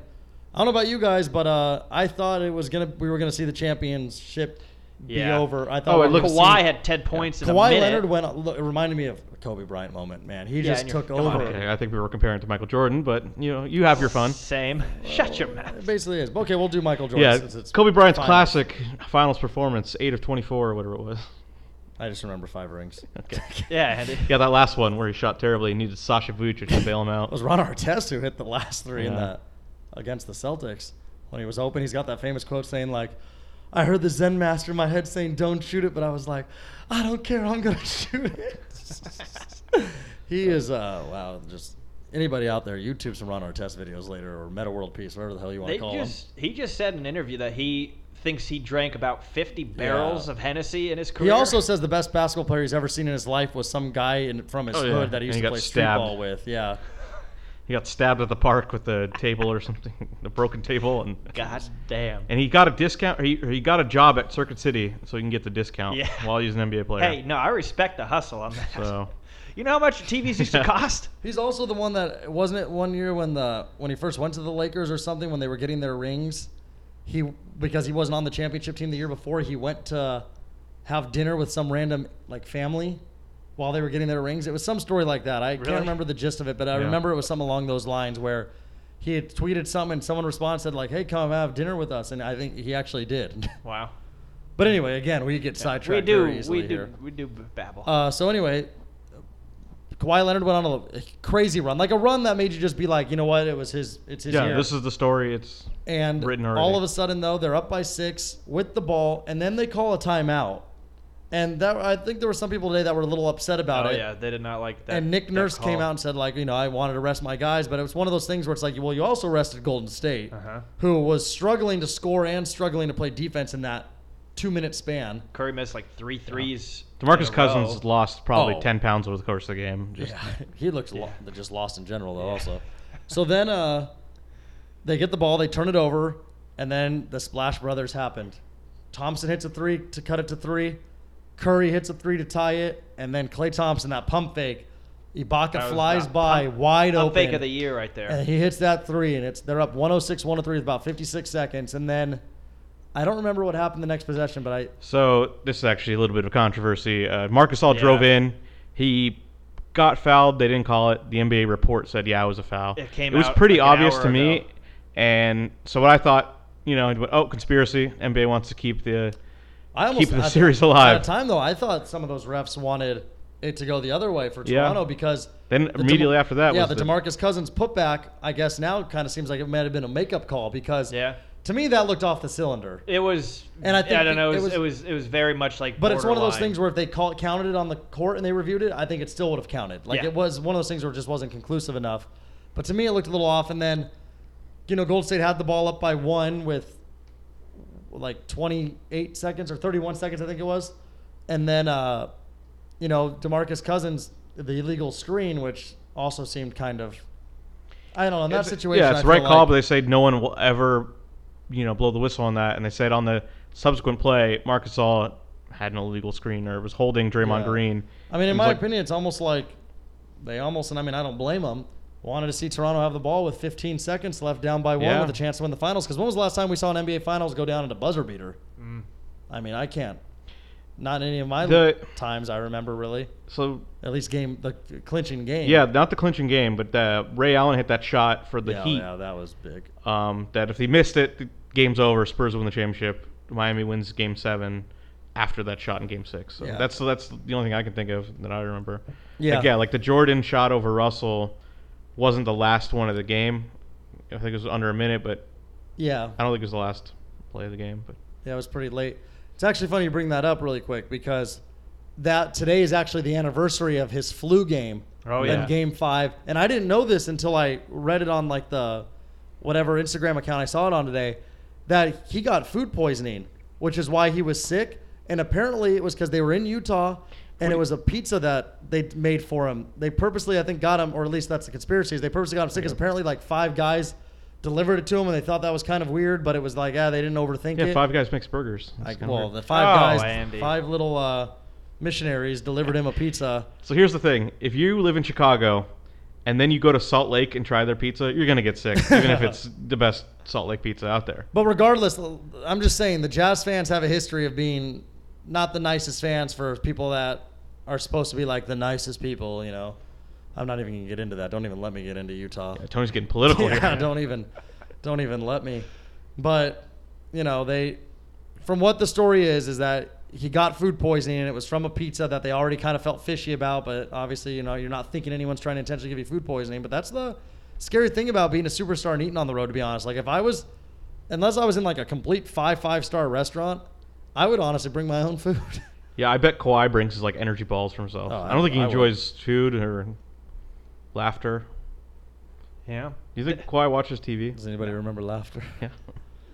Speaker 4: I don't know about you guys, but uh, I thought it was gonna we were gonna see the championship
Speaker 2: Yeah.
Speaker 4: be over. I thought
Speaker 3: Oh,
Speaker 4: we
Speaker 3: it
Speaker 4: were
Speaker 3: looked-
Speaker 4: gonna
Speaker 2: Kawhi
Speaker 4: see-
Speaker 2: had ten points in a
Speaker 4: Kawhi
Speaker 2: minute.
Speaker 4: Leonard went. It reminded me of a Kobe Bryant moment, man. He
Speaker 2: Yeah,
Speaker 4: just
Speaker 2: and you're-
Speaker 4: took
Speaker 2: come on,
Speaker 4: over.
Speaker 2: man.
Speaker 3: Oh, Okay, I think we were comparing it to Michael Jordan, but you know, you have your fun.
Speaker 2: Same. Shut your mouth.
Speaker 4: It Oh, basically is. Okay, we'll do Michael Jordan.
Speaker 3: Yeah,
Speaker 4: since it's
Speaker 3: Kobe Bryant's
Speaker 4: finals.
Speaker 3: classic finals performance, eight of twenty-four or whatever it was.
Speaker 4: I just remember five rings.
Speaker 3: Okay.
Speaker 2: Yeah, Andy.
Speaker 3: yeah, that last one where he shot terribly, he needed Sasha Vucic to bail him out.
Speaker 4: It was Ron Artest who hit the last three in
Speaker 3: Yeah.
Speaker 4: that against the Celtics when he was open. He's got that famous quote saying like, "I heard the Zen master in my head saying don't shoot it, but I was like, I don't care, I'm gonna shoot it." he is uh, wow, just anybody out there, YouTube some Ron Artest videos later or Meta World Peace, whatever the hell you want
Speaker 2: They
Speaker 4: to call them.
Speaker 2: just he just said in an interview that he thinks he drank about 50 barrels of Hennessy in his
Speaker 4: He
Speaker 2: career.
Speaker 4: also says the best basketball player he's ever seen in his life was some guy in, from his
Speaker 3: Oh, yeah.
Speaker 4: hood that he
Speaker 3: And
Speaker 4: used
Speaker 3: he
Speaker 4: to
Speaker 3: got
Speaker 4: play
Speaker 3: stabbed.
Speaker 4: street ball with. Yeah.
Speaker 3: He got stabbed at the park with a table or something, a broken table, and
Speaker 2: God damn.
Speaker 3: and he got a discount. Or he or he got a job at Circuit City, so he can get the discount
Speaker 2: Yeah.
Speaker 3: while he's an NBA player.
Speaker 2: Hey, no, I respect the hustle on that.
Speaker 3: So
Speaker 2: You know how much TVs used to
Speaker 3: Yeah.
Speaker 2: cost?
Speaker 4: He's also the one that wasn't it one year when the when he first went to the Lakers or something when they were getting their rings, he because he wasn't on the championship team the year before he went to have dinner with some random like family while they were getting their rings. It was some story like that. I
Speaker 2: Really?
Speaker 4: can't remember the gist of it, but I
Speaker 3: Yeah.
Speaker 4: remember it was something along those lines where he had tweeted something and someone responded said like, "Hey, come have dinner with us," and I think he actually did.
Speaker 2: Wow.
Speaker 4: but anyway, again, we get
Speaker 2: We
Speaker 4: sidetracked very
Speaker 2: do.
Speaker 4: easily
Speaker 2: We do.
Speaker 4: here.
Speaker 2: We do b- babble.
Speaker 4: Uh, so anyway, Kawhi Leonard went on a, a crazy run, like a run that made you just be like, you know what, it was his, it's his
Speaker 3: yeah,
Speaker 4: year.
Speaker 3: this is the story. It's
Speaker 4: and
Speaker 3: written already.
Speaker 4: all of a sudden though, they're up by six with the ball, and then they call a timeout, and that I think there were some people today that were a little upset about
Speaker 2: oh
Speaker 4: it.
Speaker 2: yeah, they did not like that.
Speaker 4: uh, and Nick
Speaker 2: that
Speaker 4: Nurse came
Speaker 2: call.
Speaker 4: out and said like, you know, I wanted to rest my guys, but it was one of those things where it's like, well, you also rested Golden State,
Speaker 2: Uh-huh.
Speaker 4: who was struggling to score and struggling to play defense in that two minute span.
Speaker 2: Curry missed like three threes. in
Speaker 3: Demarcus
Speaker 2: a
Speaker 3: Cousins
Speaker 2: row.
Speaker 3: lost probably
Speaker 4: Oh.
Speaker 3: ten pounds over the course of the game. Just
Speaker 4: Yeah, he looks lo- just lost in general though. Also, so then uh, they get the ball, they turn it over, and then the Splash Brothers happened. Thompson hits a three to cut it to three. Curry hits a three to tie it, and then Clay Thompson that pump fake.
Speaker 2: That
Speaker 4: Ibaka
Speaker 2: was
Speaker 4: flies
Speaker 2: not-
Speaker 4: by
Speaker 2: pump-
Speaker 4: wide
Speaker 2: Pump
Speaker 4: open.
Speaker 2: fake of the year right there.
Speaker 4: And he hits that three, and it's they're up 106, 103 with about 56 seconds, and then I don't remember what happened the next possession, but I
Speaker 3: So this is actually a little bit of controversy. Uh, Marcus All
Speaker 2: Yeah.
Speaker 3: drove in. He got fouled. They didn't call it. The NBA report said, "Yeah, it was a foul."
Speaker 2: It came
Speaker 3: was
Speaker 2: out
Speaker 3: pretty
Speaker 2: like an
Speaker 3: obvious
Speaker 2: hour
Speaker 3: to me.
Speaker 2: ago.
Speaker 3: And so what I thought, you know, oh, conspiracy. NBA wants to keep the.
Speaker 4: I almost
Speaker 3: Keeping the
Speaker 4: at-
Speaker 3: series alive.
Speaker 4: At a time though, I thought some of those refs wanted it to go the other way for
Speaker 3: Yeah.
Speaker 4: Toronto because
Speaker 3: Then
Speaker 4: the
Speaker 3: immediately after that
Speaker 4: yeah,
Speaker 3: was
Speaker 4: the,
Speaker 3: the-
Speaker 4: Demarcus Cousins putback. I guess now kind of seems like it might have been a makeup call because
Speaker 2: Yeah.
Speaker 4: to me that looked off the cylinder.
Speaker 2: It was.
Speaker 4: And I think
Speaker 2: don't know. It
Speaker 4: it
Speaker 2: was. It
Speaker 4: was-
Speaker 2: was. It was very much like.
Speaker 4: But it's one of those things
Speaker 2: borderline.
Speaker 4: where if they call, counted it on the court and they reviewed it, I think it still would have counted. Like
Speaker 2: Yeah.
Speaker 4: it was one of those things where it just wasn't conclusive enough. But to me, it looked a little off. And then, you know, Gold State had the ball up by one with like 28 seconds or 31 seconds, I think it was. And then, uh, you know, Demarcus Cousins, the illegal screen, which also seemed kind of, I don't know, in that
Speaker 3: It's-
Speaker 4: situation.
Speaker 3: Yeah, it's
Speaker 4: I
Speaker 3: the right
Speaker 4: feel
Speaker 3: call,
Speaker 4: like-
Speaker 3: but they say no one will ever, you know, blow the whistle on that. And they said on the subsequent play, Marcus All had an illegal screen or was holding Draymond
Speaker 4: Yeah.
Speaker 3: Green.
Speaker 4: I mean,
Speaker 3: It was
Speaker 4: in my
Speaker 3: like-
Speaker 4: opinion, it's almost like they almost, and I mean, I don't blame them. Wanted to see Toronto have the ball with 15 seconds left, down by one,
Speaker 3: Yeah.
Speaker 4: with a chance to win the finals. Because when was the last time we saw an NBA Finals go down into buzzer beater? I mean, I can't. Not in any of my
Speaker 3: The-
Speaker 4: times I remember really.
Speaker 3: So
Speaker 4: At least game the clinching game.
Speaker 3: yeah, not the clinching game, but uh, Ray Allen hit that shot for the
Speaker 4: yeah, oh,
Speaker 3: Heat.
Speaker 4: yeah, that was big.
Speaker 3: um, that if they missed it, the game's over. Spurs win the championship. Miami wins Game Seven after that shot in Game Six. So
Speaker 4: Yeah.
Speaker 3: that's that's the only thing I can think of that I remember.
Speaker 4: Yeah.
Speaker 3: like, yeah, like the Jordan shot over Russell wasn't the last one of the game. I think it was under a minute, but
Speaker 4: Yeah,
Speaker 3: I don't think it was the last play of the game. But
Speaker 4: Yeah, it was pretty late. It's actually funny you bring that up really quick because that today is actually the anniversary of his flu game.
Speaker 2: Oh,
Speaker 4: in
Speaker 2: yeah.
Speaker 4: game five, and I didn't know this until I read it on like the whatever Instagram account I saw it on today that he got food poisoning, which is why he was sick. And apparently, it was because they were in Utah, and it was a pizza that they made for him. They purposely, I think, got him, or at least that's the conspiracy. is They purposely got him sick because apparently, like five guys delivered it to him, and they thought that was kind of weird. But it was like, yeah, they didn't overthink
Speaker 3: yeah,
Speaker 4: it.
Speaker 3: five guys makes burgers. That's
Speaker 4: Like,
Speaker 3: kinda
Speaker 4: well,
Speaker 3: weird.
Speaker 4: the five
Speaker 2: Oh,
Speaker 4: guys,
Speaker 2: Andy.
Speaker 4: five little uh, missionaries delivered him a pizza.
Speaker 3: so here's the thing: if you live in Chicago. And then you go to Salt Lake and try their pizza, you're gonna get sick, even if it's the best Salt Lake pizza out there.
Speaker 4: But regardless, I'm just saying the Jazz fans have a history of being not the nicest fans for people that are supposed to be like the nicest people. You know, I'm not even gonna get into that. Don't even let me get into Utah.
Speaker 3: Yeah, Tony's getting political
Speaker 4: Yeah,
Speaker 3: here.
Speaker 4: don't even, don't even let me. But you know, they, from what the story is, is that he got food poisoning and it was from a pizza that they already kind of felt fishy about. But obviously, you know, you're not thinking anyone's trying to intentionally give you food poisoning. But that's the scary thing about being a superstar and eating on the road. To be honest, like if I was, unless I was in like a complete five five star restaurant, I would honestly bring my own food.
Speaker 3: Yeah, I bet Kawhi brings his like energy balls for himself.
Speaker 4: Oh,
Speaker 3: I,
Speaker 4: I-
Speaker 3: don't think he
Speaker 4: I would.
Speaker 3: enjoys food or laughter.
Speaker 2: Yeah.
Speaker 3: Do you think Kawhi watches TV?
Speaker 4: Does anybody remember laughter?
Speaker 3: Yeah.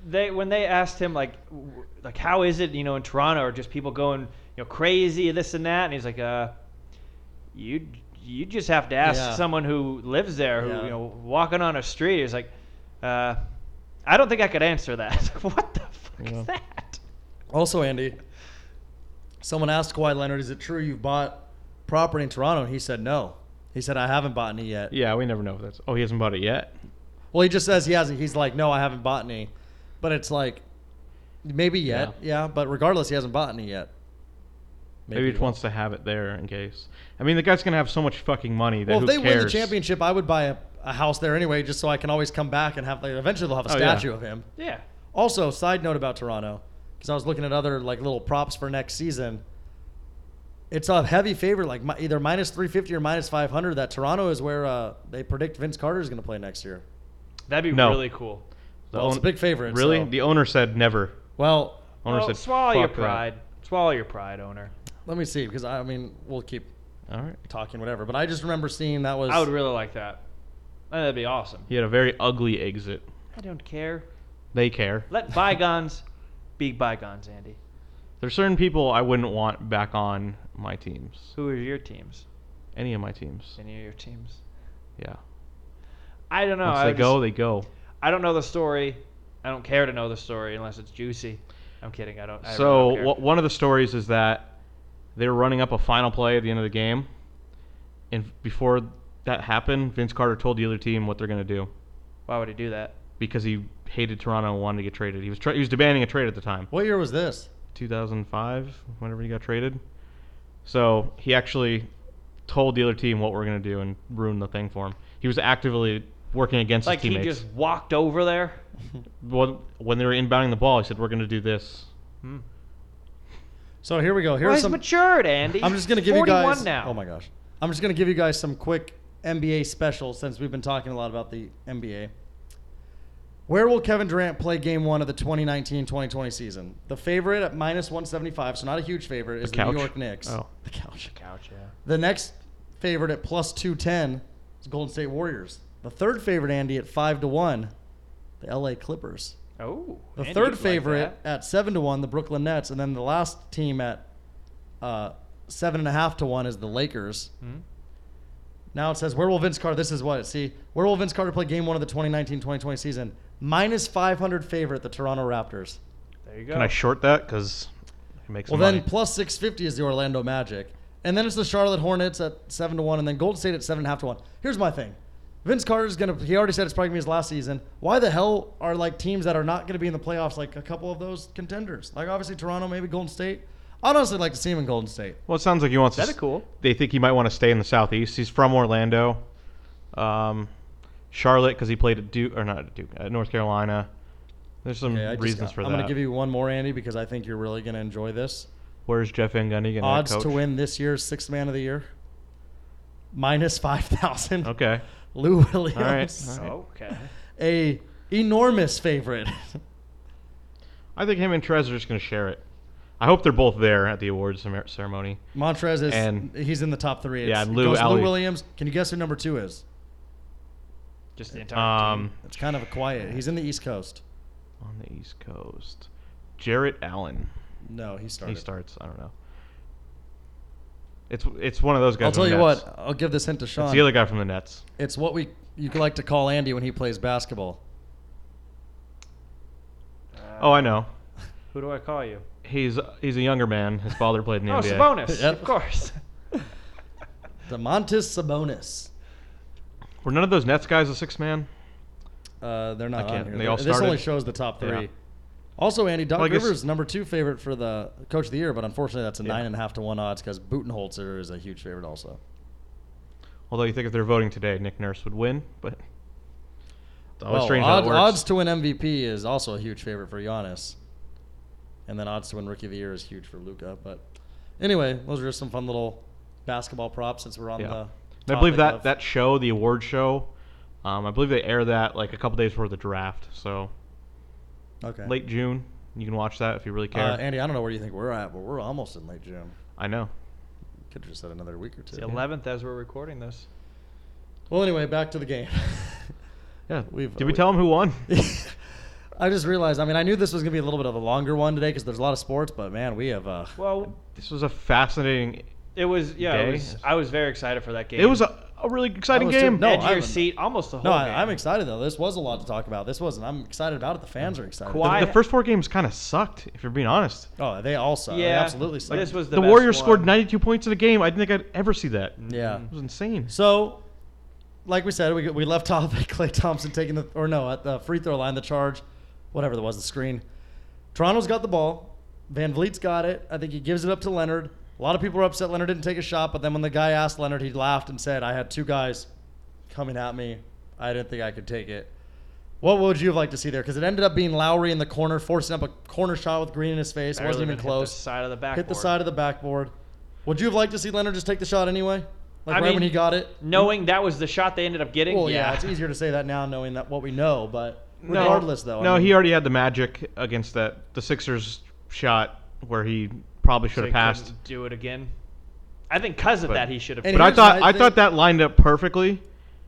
Speaker 2: they when they asked him like w- like how is it you know in Toronto are just people going you know crazy this and that and he's like uh you you just have to ask
Speaker 4: Yeah.
Speaker 2: someone who lives there who
Speaker 4: Yeah.
Speaker 2: you know walking on a street is like uh I don't think I could answer that what the fuck
Speaker 3: Yeah.
Speaker 2: is that
Speaker 4: Also, Andy, someone asked Kawhi Leonard, "Is it true you've bought property in Toronto?" And he said, "No." He said, "I haven't bought any yet."
Speaker 3: Yeah, we never know if that's. Oh, he hasn't bought it yet.
Speaker 4: Well, he just says he hasn't. He's like, "No, I haven't bought any," but it's like, maybe yet, yeah. but regardless, he hasn't bought any yet.
Speaker 3: Maybe,
Speaker 4: he
Speaker 3: he
Speaker 4: will.
Speaker 3: wants to have it there in case. I mean, the guy's gonna have so much fucking money that
Speaker 4: Well,
Speaker 3: who
Speaker 4: if they
Speaker 3: cares?
Speaker 4: win the championship, I would buy a, a house there anyway, just so I can always come back and have. Like, eventually, they'll have a
Speaker 3: Oh, yeah.
Speaker 4: statue of him.
Speaker 2: yeah
Speaker 4: Also, side note about Toronto, because I was looking at other like little props for next season. It's a heavy favorite, like mi- either minus three fifty or minus five hundred. That Toronto is where uh, they predict Vince Carter is going to play next year.
Speaker 2: that'd be
Speaker 3: No.
Speaker 2: really cool
Speaker 3: The
Speaker 4: Well, it's a big favorite,
Speaker 3: Really?
Speaker 4: so-
Speaker 3: The owner said never.
Speaker 4: Well,
Speaker 3: Owner
Speaker 2: Well,
Speaker 3: said
Speaker 2: swallow your
Speaker 3: "Fuck that."
Speaker 2: pride swallow your pride owner
Speaker 4: let me see, because I, I mean we'll keep
Speaker 3: All right.
Speaker 4: talking whatever. But I just remember seeing that was
Speaker 2: I would really like that that'd be awesome
Speaker 3: He had a very ugly exit.
Speaker 2: I don't care
Speaker 3: They care.
Speaker 2: let bygones be bygones Andy
Speaker 3: There's certain people I wouldn't want back on my teams.
Speaker 2: who are your teams
Speaker 3: Any of my teams.
Speaker 2: any of your teams
Speaker 3: Yeah.
Speaker 2: I don't know
Speaker 3: Once
Speaker 2: I
Speaker 3: they
Speaker 2: just-
Speaker 3: go, they go.
Speaker 2: I don't know the story. I don't care to know the story unless it's juicy. I'm kidding. I don't. I
Speaker 3: so
Speaker 2: really don't care.
Speaker 3: wh- one of the stories is that they were running up a final play at the end of the game, and before that happened, Vince Carter told the other team what they're going to do
Speaker 2: Why would he do that?
Speaker 3: because he hated Toronto and wanted to get traded. He was tra- he was demanding a trade at the time.
Speaker 4: what year was this?
Speaker 3: 2005, whenever he got traded. So he actually told the other team what we're going to do and ruined the thing for him. He was actively working against
Speaker 2: Like
Speaker 3: his
Speaker 2: he
Speaker 3: teammates.
Speaker 2: just walked over there.
Speaker 3: when, when they were inbounding the ball, he said, "We're going to do this."
Speaker 2: Hmm.
Speaker 4: So here we go. Here's
Speaker 2: Well, he's
Speaker 4: some.
Speaker 2: matured, Andy.
Speaker 4: I'm just going to give you
Speaker 2: 41
Speaker 4: guys.
Speaker 2: now.
Speaker 4: Oh my gosh. I'm just going to give you guys some quick NBA specials since we've been talking a lot about the NBA. Where will Kevin Durant play game one of the 2019 2020 season? The favorite at minus 175, so not a huge favorite, is the,
Speaker 3: couch?
Speaker 4: New York Knicks.
Speaker 3: Oh.
Speaker 4: The couch.
Speaker 2: Couch. Yeah.
Speaker 4: The next favorite at plus 210 is Golden State Warriors. The third favorite, Andy, at 5 to 1, the LA Clippers.
Speaker 2: Oh.
Speaker 4: The
Speaker 2: Andy would
Speaker 4: third
Speaker 2: like
Speaker 4: favorite
Speaker 2: that.
Speaker 4: at seven to one, the Brooklyn Nets, and then the last team at uh, seven and a half to one is the Lakers.
Speaker 2: Hmm?
Speaker 4: Now it says, where will Vince Carter? This is what see. Where will Vince Carter play Game One of the 2019-2020 season? Minus 500 favorite, the Toronto Raptors.
Speaker 2: There you go.
Speaker 3: Can I short that? Because it makes.
Speaker 4: Well,
Speaker 3: money.
Speaker 4: then plus 650 is the Orlando Magic, and then it's the Charlotte Hornets at seven to one, and then Golden State at seven and a half to one. Here's my thing. Vince Carter's gonna. He already said it's probably gonna be his last season. Why the hell are like teams that are not gonna be in the playoffs like a couple of those contenders? Like obviously Toronto, maybe Golden State. I'd honestly like to see him in Golden State.
Speaker 3: Well, it sounds like he wants.
Speaker 2: That'd
Speaker 3: to,
Speaker 2: be cool.
Speaker 3: They think he might want to stay in the southeast. He's from Orlando, um, Charlotte, because he played at Duke or not at Duke, at North Carolina. There's some
Speaker 4: Okay, I just-
Speaker 3: reasons for
Speaker 4: I'm
Speaker 3: that.
Speaker 4: gonna give you one more, Andy, because I think you're really gonna enjoy this.
Speaker 3: Where's Jeff Van Gundy going
Speaker 4: Odds
Speaker 3: coach?
Speaker 4: to win this year's sixth man of the year. Minus five thousand.
Speaker 3: Okay.
Speaker 4: Lou Williams.
Speaker 3: All right. All right.
Speaker 2: Oh, Okay.
Speaker 4: A enormous favorite.
Speaker 3: I think him and Trez are just going to share it. I hope they're both there at the awards cer- ceremony.
Speaker 4: Montrez is
Speaker 3: And-
Speaker 4: he's in the top three.
Speaker 3: Yeah,
Speaker 4: It's-
Speaker 3: and
Speaker 4: it
Speaker 3: Lou
Speaker 4: goes
Speaker 3: Alli.
Speaker 4: Williams. Can you guess who number two is?
Speaker 2: Just the entire
Speaker 3: Um,
Speaker 4: It's kind of a quiet. He's in the East Coast.
Speaker 3: on the East Coast, Jarrett Allen.
Speaker 4: No, he started.
Speaker 3: He starts. I don't know. It's it's one of those guys.
Speaker 4: I'll
Speaker 3: from
Speaker 4: tell
Speaker 3: the
Speaker 4: you
Speaker 3: Nets.
Speaker 4: what. I'll give this hint to Sean.
Speaker 3: It's the other guy from the Nets.
Speaker 4: It's what we you like to call Andy when he plays basketball.
Speaker 2: team. Uh,
Speaker 3: Oh, I know.
Speaker 2: Who do I call you?
Speaker 3: He's he's a younger man. His father played in the
Speaker 2: oh,
Speaker 3: NBA.
Speaker 2: Sabonis.
Speaker 4: Yep.
Speaker 2: Of course.
Speaker 4: Demontis Sabonis.
Speaker 3: Were none of those Nets guys a six man?
Speaker 4: Uh, they're
Speaker 3: I
Speaker 4: not on
Speaker 3: can't-
Speaker 4: here.
Speaker 3: they all
Speaker 4: this only
Speaker 3: started?
Speaker 4: shows the top three.
Speaker 3: Yeah.
Speaker 4: Also, Andy Doc
Speaker 3: Well, I guess-
Speaker 4: Rivers number two favorite for the coach of the year, but unfortunately that's a
Speaker 3: Yeah.
Speaker 4: nine and a half to one odds because Butenholzer is a huge favorite also.
Speaker 3: Although you think if they're voting today, Nick Nurse would win, but it's always
Speaker 4: Well,
Speaker 3: strange how
Speaker 4: Oh, odd-
Speaker 3: it works.
Speaker 4: odds to win MVP is also a huge favorite for Giannis, and then odds to win Rookie of the Year is huge for Luca. But anyway, those are just some fun little basketball props since we're on
Speaker 3: Yeah.
Speaker 4: the.
Speaker 3: And I believe
Speaker 4: topic
Speaker 3: that
Speaker 4: of-
Speaker 3: that show, the award show, um, I believe they air that like a couple days before the draft. So
Speaker 4: okay.
Speaker 3: late June, you can watch that if you really
Speaker 4: Uh,
Speaker 3: care.
Speaker 4: Andy, I don't know where you think we're at, but we're almost in late June.
Speaker 3: I know.
Speaker 4: Could have just said another week or
Speaker 2: It's
Speaker 4: two.
Speaker 2: the 11th as we're recording this.
Speaker 4: Well, anyway, back to the game.
Speaker 3: Yeah.
Speaker 4: We've-
Speaker 3: Did we tell him who won?
Speaker 4: I just realized. I mean, I knew this was gonna be a little bit of a longer one today because there's a lot of sports, but man, we have. Uh,
Speaker 2: Well,
Speaker 3: this was a fascinating.
Speaker 2: it was yeah. It
Speaker 3: Day.
Speaker 2: was, I was very excited for that game.
Speaker 3: It was a, a really exciting
Speaker 4: was too-
Speaker 3: game.
Speaker 4: no,
Speaker 2: edge of your
Speaker 4: Oh, I'm-
Speaker 2: seat almost the whole
Speaker 4: no,
Speaker 2: game.
Speaker 4: I, I'm excited though. This was a lot to talk about. This wasn't. I'm excited about it. The fans are excited.
Speaker 3: The-
Speaker 2: Kawhi-
Speaker 3: the first four games kind of sucked, if you're being honest.
Speaker 4: Oh, they all suck. They
Speaker 2: Yeah,
Speaker 4: absolutely suck.
Speaker 2: This was the,
Speaker 3: the,
Speaker 2: best
Speaker 3: Warriors scored
Speaker 2: one.
Speaker 3: 92 points in a game. I didn't think I'd ever see that.
Speaker 4: yeah.
Speaker 3: It was insane.
Speaker 4: So, like we said, we, we left off at Clay Thompson taking the or no at the free throw line, the charge, whatever that was, the screen. Toronto's got the ball. Van Vliet's got it. I think he gives it up to Leonard. A lot of people were upset Leonard didn't take a shot, but then when the guy asked Leonard, he laughed and said, "I had two guys coming at me. I didn't think I could take it." What would you have liked to see there? Because it ended up being Lowry in the corner, forcing up a corner shot with Green in his face. It
Speaker 2: Barely
Speaker 4: wasn't even
Speaker 2: hit
Speaker 4: close.
Speaker 2: The side of the back.
Speaker 4: Hit the side of the backboard. Would you have liked to see Leonard just take the shot anyway? Like
Speaker 2: I
Speaker 4: right when
Speaker 2: mean,
Speaker 4: he got it?
Speaker 2: Knowing that was the shot they ended up getting.
Speaker 4: Well, yeah. it's easier to say that now knowing that what we know, but
Speaker 3: No.
Speaker 4: regardless, though. I
Speaker 3: no,
Speaker 4: mean,
Speaker 3: he already had the magic against that the Sixers shot where he probably should
Speaker 2: So he
Speaker 3: have passed.
Speaker 2: couldn't Do it again. I think because of
Speaker 3: But-
Speaker 2: that he should have.
Speaker 4: And
Speaker 3: But I
Speaker 4: Here's
Speaker 3: thought
Speaker 4: what I
Speaker 3: I thought
Speaker 4: think-
Speaker 3: that lined up perfectly.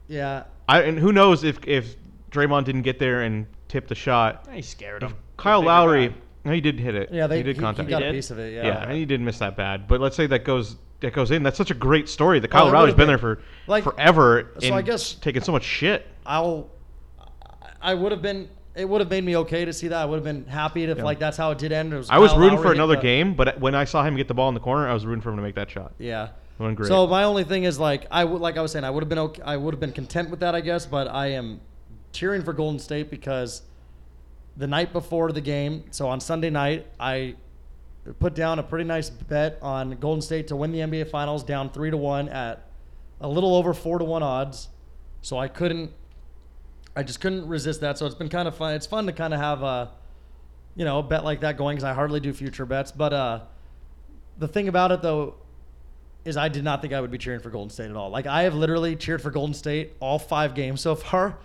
Speaker 4: Yeah,
Speaker 3: I and who knows if if Draymond didn't get there and tip the shot.
Speaker 2: he scared him.
Speaker 3: Kyle
Speaker 2: Bigger
Speaker 3: Lowry,
Speaker 2: guy.
Speaker 3: no, he did hit it.
Speaker 4: yeah. They
Speaker 3: he did contact.
Speaker 4: He got
Speaker 2: He
Speaker 4: a
Speaker 2: did?
Speaker 4: piece of it. Yeah.
Speaker 3: yeah. and he didn't miss that bad. But let's say that goes that goes in. That's such a great story. The Kyle
Speaker 4: Oh, it
Speaker 3: Lowry's
Speaker 4: would've
Speaker 3: been
Speaker 4: been-
Speaker 3: there for
Speaker 4: like,
Speaker 3: forever.
Speaker 4: so
Speaker 3: and
Speaker 4: I guess-
Speaker 3: taking so much shit.
Speaker 4: I'll. I would have been. It would have made me okay to see that. I would have been happy if like that's how it did end. It was
Speaker 3: I was
Speaker 4: Kyle
Speaker 3: rooting
Speaker 4: Lowry
Speaker 3: for
Speaker 4: hit
Speaker 3: another
Speaker 4: the-
Speaker 3: game, but when I saw him get the ball in the corner, I was rooting for him to make that shot.
Speaker 4: Yeah.
Speaker 3: One great.
Speaker 4: So my only thing is like I would like I was saying I would have been okay, I would have been content with that I guess, but I am cheering for Golden State because the night before the game, so on Sunday night, I put down a pretty nice bet on Golden State to win the NBA Finals down 3 to 1 at a little over 4 to 1 odds. So I couldn't I just couldn't resist that. So it's been kind of fun. It's fun to kind of have a you know, a bet like that going cuz I hardly do future bets, but uh the thing about it though is I did not think I would be cheering for Golden State at all. Like I have literally cheered for Golden State all five games so far,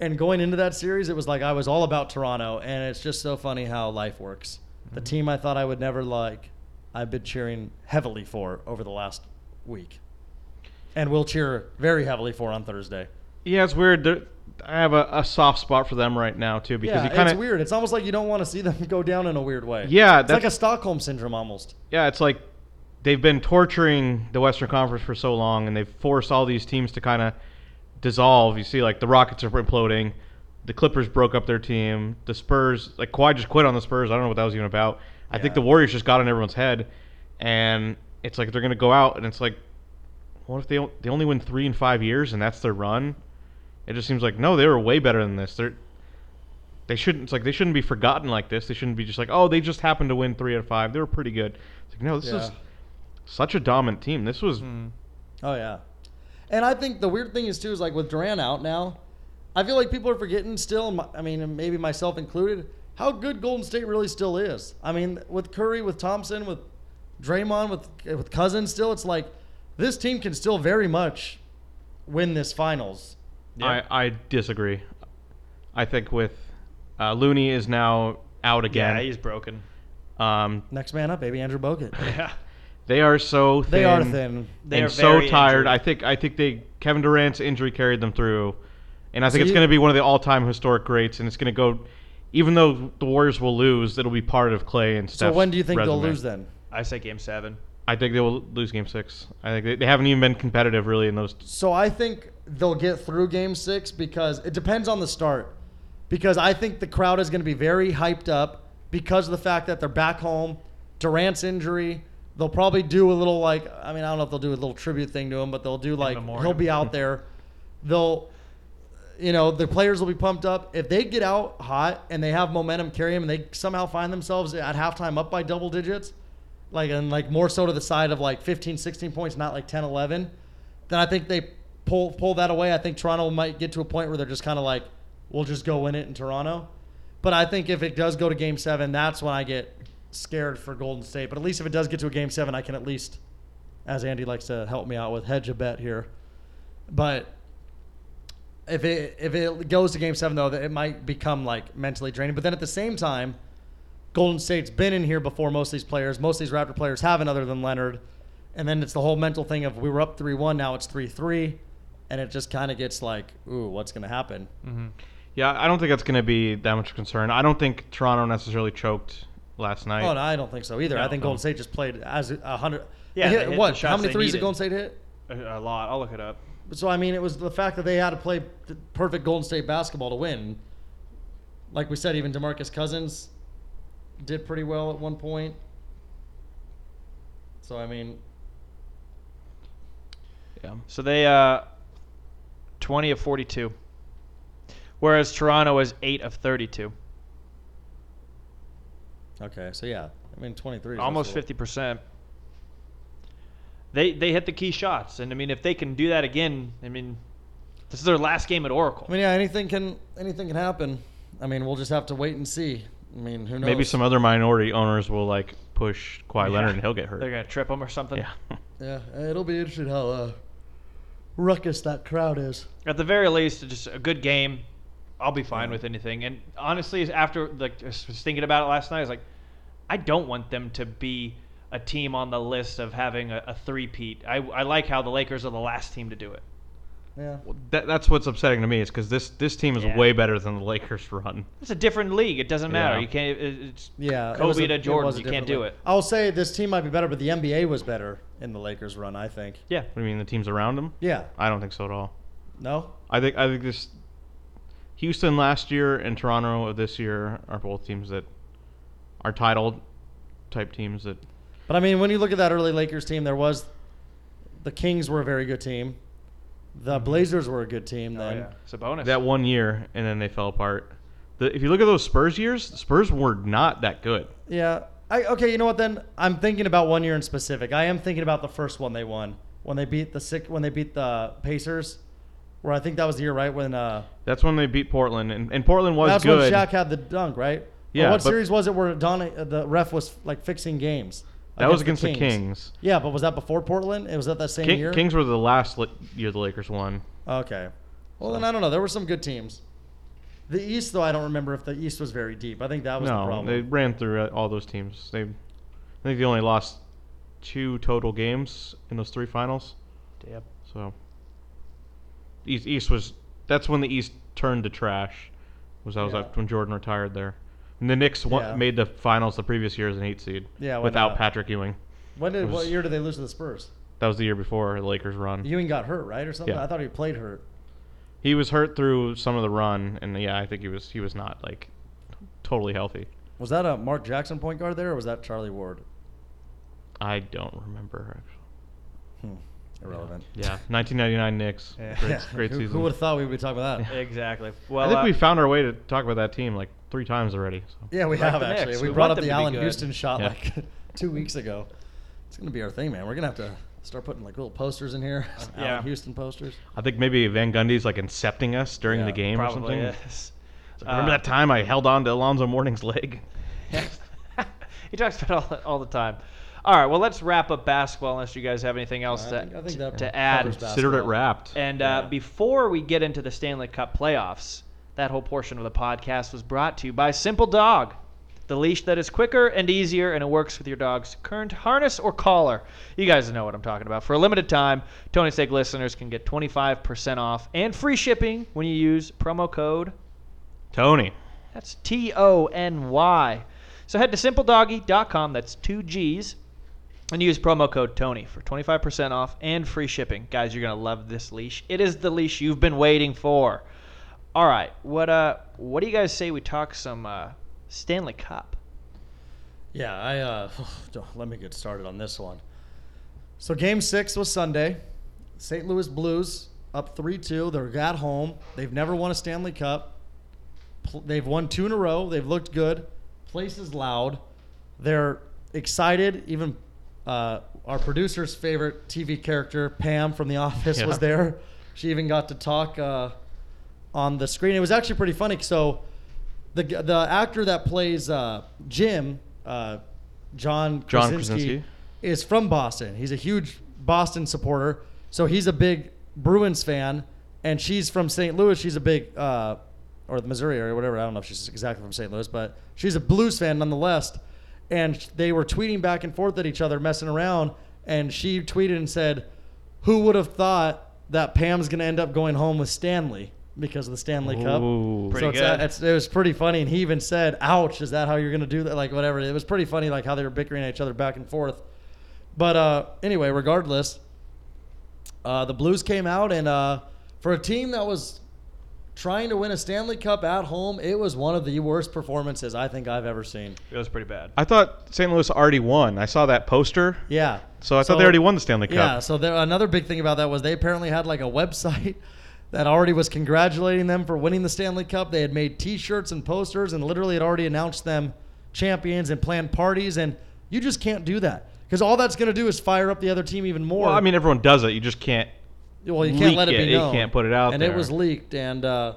Speaker 4: and going into that series, it was like I was all about Toronto, and it's just so funny how life works.
Speaker 3: Mm-hmm.
Speaker 4: The team I thought I would never like, I've been cheering heavily for over the last week, and will cheer very heavily for on Thursday.
Speaker 3: Yeah, it's weird. They're, I have a, a soft spot for them right now too because
Speaker 4: yeah,
Speaker 3: you kind
Speaker 4: it's
Speaker 3: of
Speaker 4: weird. It's almost like you don't want to see them go down in a weird way.
Speaker 3: Yeah,
Speaker 4: it's like a
Speaker 3: that's-
Speaker 4: Stockholm syndrome almost.
Speaker 3: yeah, it's like they've been torturing the Western Conference for so long, and they've forced all these teams to kind of dissolve. You see, like the Rockets are imploding, the Clippers broke up their team, the Spurs like Kawhi just quit on the Spurs. I don't know what that was even about. I think
Speaker 4: Yeah.
Speaker 3: the Warriors just got in everyone's head, and it's like they're gonna go out, and it's like, what if they o- they only win three in five years, and that's their run? It just seems like no, they were way better than this. They're they shouldn't. It's like they shouldn't be forgotten like this. They shouldn't be just like, oh, they just happened to win three out of five. They were pretty good. It's like no, this
Speaker 4: Yeah.
Speaker 3: is such a dominant team. This was
Speaker 4: Oh yeah, and I think the weird thing is too is like with Durant out now, I feel like people are forgetting still. my- I mean, and maybe myself included, how good Golden State really still is. I mean, with Curry, with Thompson, with Draymond, with with Cousins, still it's like this team can still very much win this finals.
Speaker 2: Yeah.
Speaker 3: I, I disagree. I think with uh, Looney is now out
Speaker 2: Yeah,
Speaker 3: again.
Speaker 2: he's broken.
Speaker 3: um,
Speaker 4: Next man up, baby Andrew Bogut.
Speaker 2: Yeah,
Speaker 3: they are so thin.
Speaker 4: They are thin.
Speaker 2: They
Speaker 3: and
Speaker 2: are
Speaker 3: so
Speaker 2: very
Speaker 3: tired.
Speaker 2: injured.
Speaker 3: I think I think they Kevin Durant's injury carried them through, and I think
Speaker 4: So
Speaker 3: it's
Speaker 4: you-
Speaker 3: going to be one of the all-time historic greats. And it's going to go, even though the Warriors will lose, it'll be part of Clay and
Speaker 4: So
Speaker 3: Steph's
Speaker 4: when do you think they'll
Speaker 3: resume.
Speaker 4: lose then?
Speaker 2: I say game seven.
Speaker 3: I think they will lose game six. I think they, they haven't even been competitive really in those.
Speaker 4: So I think they'll get through game six because it depends on the start. Because I think the crowd is going to be very hyped up because of the fact that they're back home, Durant's injury. They'll probably do a little like I mean I don't know if they'll do a little tribute thing to him, but they'll do like
Speaker 2: memoriam.
Speaker 4: he'll be out there. They'll, you know, the players will be pumped up if they get out hot and they have momentum carry them, and they somehow find themselves at halftime up by double digits like and like more so to the side of like 15 16 points not like 10 11 then i think they pull pull that away i think toronto might get to a point where they're just kind of like we'll just go win it in toronto but i think if it does go to game seven that's when i get scared for golden state but at least if it does get to a game seven i can at least as andy likes to help me out with hedge a bet here but if it if it goes to game seven though it might become like mentally draining but then at the same time Golden State's been in here before most of these players. Most of these Raptor players haven't, other than Leonard. And then it's the whole mental thing of we were up 3 1, now it's 3 3. and it just kind of gets like, ooh, what's going to happen?
Speaker 2: Mm-hmm.
Speaker 3: Yeah, I don't think that's going to be that much concern. I don't think Toronto necessarily choked last night.
Speaker 4: oh, no, I don't think so either. I
Speaker 3: No,
Speaker 4: think
Speaker 3: no.
Speaker 4: Golden State just played as a hundred.
Speaker 2: Yeah,
Speaker 4: They
Speaker 2: they
Speaker 4: hit-
Speaker 2: hit
Speaker 4: what?
Speaker 2: the
Speaker 4: How
Speaker 2: shots
Speaker 4: many
Speaker 2: they
Speaker 4: threes did
Speaker 2: needed.
Speaker 4: Golden State hit?
Speaker 2: A, a lot. I'll look it up.
Speaker 4: So I mean, it was the fact that they had to play th- perfect Golden State basketball to win. Like we said, even Demarcus Cousins did pretty well at one point. So I mean,
Speaker 3: Yeah.
Speaker 2: So they uh, 20 of 42, whereas Toronto is 8 of 32,
Speaker 4: okay, so yeah, I mean, twenty three,
Speaker 2: almost 50 percent. They they hit the key shots, and I mean if they can do that again, I mean this is their last game at Oracle.
Speaker 4: I mean, yeah, anything can anything can happen. I mean, we'll just have to wait and see. I mean, who knows?
Speaker 3: Maybe some other minority owners will like push Kawhi Leonard and he'll get hurt.
Speaker 2: They're gonna trip him or something.
Speaker 3: yeah.
Speaker 4: Yeah, it'll be interesting how uh, ruckus that crowd is.
Speaker 2: At the very least, it's just a good game. I'll be fine with anything. And honestly, after like I was thinking about it last night, I was like, I don't want them to be a team on the list of having a, a three-peat. I, I like how the Lakers are the last team to do it.
Speaker 4: Yeah.
Speaker 3: Well, that, that's what's upsetting to me is because this this team is
Speaker 2: Yeah.
Speaker 3: way better than the Lakers run.
Speaker 2: It's a different league. It doesn't matter.
Speaker 3: Yeah.
Speaker 2: You can't. It, it's
Speaker 4: Yeah, it was
Speaker 2: Kobe
Speaker 4: a-
Speaker 2: to
Speaker 4: it
Speaker 2: Jordan.
Speaker 4: was a
Speaker 2: You can't
Speaker 4: different
Speaker 2: do
Speaker 4: league.
Speaker 2: it.
Speaker 4: I'll say this team might be better, but the NBA was better in the Lakers' run. I think.
Speaker 2: Yeah.
Speaker 3: What do you mean the teams around them?
Speaker 4: Yeah.
Speaker 3: I don't think so at all.
Speaker 4: No.
Speaker 3: I think I think this Houston last year and Toronto of this year are both teams that are titled type teams that
Speaker 4: But I mean, when you look at that early Lakers team, there was the Kings were a very good team. The Blazers were a good team
Speaker 2: Mm-hmm. Oh,
Speaker 4: then.
Speaker 2: yeah. It's a bonus.
Speaker 3: that one year and then they fell apart. The, if you look at those Spurs years, the Spurs were not that good.
Speaker 4: Yeah. I, okay, you know what? Then I'm thinking about one year in specific. I am thinking about the first one they won when they beat the sick when they beat the Pacers, where I think that was the year right when uh,
Speaker 3: That's when they beat Portland and, and Portland was
Speaker 4: that's
Speaker 3: good.
Speaker 4: when Shaq had the dunk, right? Or
Speaker 3: Yeah,
Speaker 4: what
Speaker 3: but-
Speaker 4: series was it where Don uh, the ref was like fixing games?
Speaker 3: that was against the Kings.
Speaker 4: Yeah, but was that before Portland? It was that that same
Speaker 3: King,
Speaker 4: year.
Speaker 3: Kings were the last li- year the Lakers won.
Speaker 4: Okay. Well, then I don't know. There were some good teams. The East, though, I don't remember if the East was very deep. I think that was the
Speaker 3: No,
Speaker 4: problem.
Speaker 3: they ran through uh, all those teams. They, I think they only lost two total games in those three finals.
Speaker 2: Yep.
Speaker 3: So, East East was that's when the East turned to trash. Was that was
Speaker 4: Yeah.
Speaker 3: up when Jordan retired there, and the Knicks won,
Speaker 4: Yeah.
Speaker 3: made the finals the previous year as an eight seed.
Speaker 4: Yeah, why
Speaker 3: without
Speaker 4: not?
Speaker 3: Patrick Ewing.
Speaker 4: when did
Speaker 3: it was-
Speaker 4: what year did they lose to the Spurs?
Speaker 3: That was the year before the Lakers run.
Speaker 4: Ewing got hurt, right, or something?
Speaker 3: Yeah.
Speaker 4: I thought he played hurt.
Speaker 3: he was hurt through some of the run, and yeah, I think he was he was not like totally healthy.
Speaker 4: Was that a Mark Jackson point guard there, or was that Charlie Ward?
Speaker 3: I don't remember actually.
Speaker 4: Hmm. Irrelevant.
Speaker 3: Yeah, 1999 Knicks.
Speaker 2: Yeah.
Speaker 3: Great, great
Speaker 4: who,
Speaker 3: season.
Speaker 4: Who would have thought we would be talking about that? Yeah,
Speaker 2: Exactly. Well,
Speaker 3: I think
Speaker 2: uh,
Speaker 3: we found our way to talk about that team like three times already. So.
Speaker 4: we
Speaker 2: Like
Speaker 4: have
Speaker 2: the
Speaker 4: actually.
Speaker 2: Knicks.
Speaker 4: We,
Speaker 2: We
Speaker 4: brought
Speaker 2: want
Speaker 4: up
Speaker 2: them
Speaker 4: the
Speaker 2: to be
Speaker 4: Allen
Speaker 2: good.
Speaker 4: Houston shot
Speaker 3: Yeah.
Speaker 4: like two weeks ago. It's gonna be our thing, man. We're gonna have to start putting like little posters in here,
Speaker 2: Yeah.
Speaker 4: Allen Houston posters.
Speaker 3: I think maybe Van Gundy's like incepting us during
Speaker 4: Yeah,
Speaker 3: the game or
Speaker 2: probably
Speaker 3: something.
Speaker 2: is.
Speaker 3: It's like, Remember
Speaker 2: Uh,
Speaker 3: that time I held on to Alonzo Mourning's leg?
Speaker 2: Uh, he talks about it all, all the time. All right, well, let's wrap up basketball unless you guys have anything else
Speaker 4: I
Speaker 2: to,
Speaker 4: think- I think that
Speaker 2: to add.
Speaker 4: covers
Speaker 3: Considered it
Speaker 4: basketball.
Speaker 3: wrapped.
Speaker 2: And
Speaker 4: Yeah.
Speaker 2: uh, before we get into the Stanley Cup playoffs, that whole portion of the podcast was brought to you by Simple Dog, the leash that is quicker and easier, and it works with your dog's current harness or collar. You guys know what I'm talking about. For a limited time, Tony Steak listeners can get 25% off and free shipping when you use promo code
Speaker 3: Tony.
Speaker 2: that's T O N Y. So head to simpledoggy.com, that's two G's, and use promo code Tony for 25% off and free shipping. Guys, you're going to love this leash. It is the leash you've been waiting for. All right, what uh what do you guys say we talk some uh, Stanley Cup?
Speaker 4: Yeah, I uh, don't- let me get started on this one. So game six was Sunday. St. Louis Blues up three two. They're at home. They've never won a Stanley Cup. Pl- They've won two in a row. They've looked good. Place is loud. They're excited. Even uh, our producer's favorite TV character, Pam from The Office,
Speaker 3: Yeah.
Speaker 4: was there. She even got to talk uh, on the screen. It was actually pretty funny. So the g- the actor that plays uh, Jim, uh, John
Speaker 3: John
Speaker 4: Krasinski,
Speaker 3: Krasinski.
Speaker 4: is from Boston. He's a huge Boston supporter, so he's a big Bruins fan. And she's from St. Louis. She's a big uh, or the Missouri area, whatever. I don't know if she's exactly from St. Louis, but she's a Blues fan nonetheless. And sh- they were tweeting back and forth at each other, messing around. And she tweeted and said, "Who would have thought that Pam's gonna end up going home with Stanley because of the Stanley Cup.
Speaker 3: Ooh.
Speaker 2: Pretty
Speaker 4: so it's, uh,
Speaker 2: good.
Speaker 4: it's- it was pretty funny, and he even said, "Ouch, is that how you're gonna do that?" Like whatever. It was pretty funny, like how they were bickering at each other back and forth. But uh, anyway, regardless, uh, the Blues came out, and uh, for a team that was trying to win a Stanley Cup at home, it was one of the worst performances I think I've ever seen.
Speaker 2: It was pretty bad.
Speaker 3: I thought St. Louis already won. I saw that poster,
Speaker 4: Yeah.
Speaker 3: so I thought they already won the Stanley Cup.
Speaker 4: Yeah. So there, another big thing about that was they apparently had like a website that already was congratulating them for winning the Stanley Cup. They had made T-shirts and posters and literally had already announced them champions and planned parties. And you just can't do that because all that's going to do is fire up the other team even more.
Speaker 3: Well, I mean, everyone does it. You just can't.
Speaker 4: Well, you can't
Speaker 3: leak
Speaker 4: let it,
Speaker 3: it.
Speaker 4: be
Speaker 3: You
Speaker 4: known.
Speaker 3: can't put it out
Speaker 4: And it
Speaker 3: there.
Speaker 4: was leaked, and uh,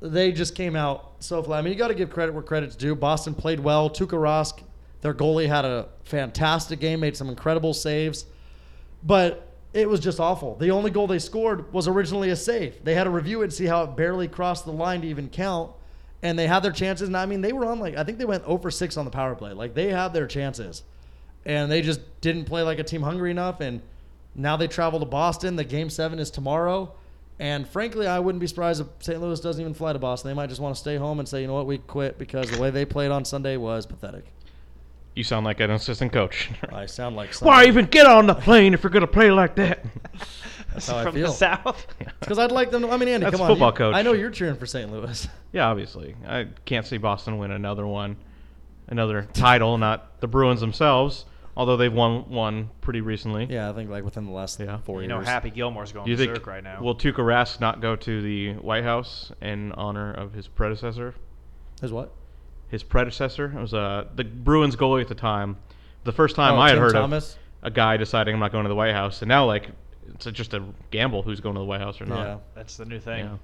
Speaker 4: they just came out so flat. I mean, you got to give credit where credit's due. Boston played well. Tuukka Rask, their goalie, had a fantastic game, made some incredible saves, but it was just awful. The only goal they scored was originally a save. They had to review it and see how it barely crossed the line to even count. And they had their chances, and I mean, they were on like I think they went over six on the power play. Like they had their chances and they just didn't play like a team hungry enough. And now they travel to Boston. The game seven is tomorrow. And frankly, I wouldn't be surprised if St. Louis doesn't even fly to Boston. They might just want to stay home and say, you know what, we quit because the way they played on Sunday was pathetic.
Speaker 3: You sound like an assistant coach.
Speaker 4: I sound like
Speaker 3: Why even get on the plane if you're gonna play like that?
Speaker 4: That's how I
Speaker 2: From
Speaker 4: feel.
Speaker 2: the South?
Speaker 4: Because I'd like them. To, I mean, Andy,
Speaker 3: That's
Speaker 4: come on.
Speaker 3: football
Speaker 4: you-
Speaker 3: coach.
Speaker 4: I know you're cheering for St. Louis.
Speaker 3: yeah, obviously. I can't see Boston win another one, another title. Not the Bruins themselves, although they've won one pretty recently.
Speaker 4: Yeah, I think like within the last
Speaker 3: Yeah.
Speaker 4: four
Speaker 2: You
Speaker 4: years.
Speaker 2: know, Happy Gilmore's going
Speaker 3: Do you
Speaker 2: to
Speaker 3: think
Speaker 2: right now.
Speaker 3: will Tuukka Rask not go to the White House in honor of his predecessor?
Speaker 4: Is what?
Speaker 3: His predecessor it was uh, the Bruins goalie at the time. The first time
Speaker 4: Oh,
Speaker 3: I had
Speaker 4: Tim
Speaker 3: heard
Speaker 4: Thomas?
Speaker 3: of a guy deciding I'm not going to the White House, and now like it's just a gamble who's going to the White House or
Speaker 4: Yeah.
Speaker 3: not.
Speaker 2: That's the new thing.
Speaker 3: Yeah.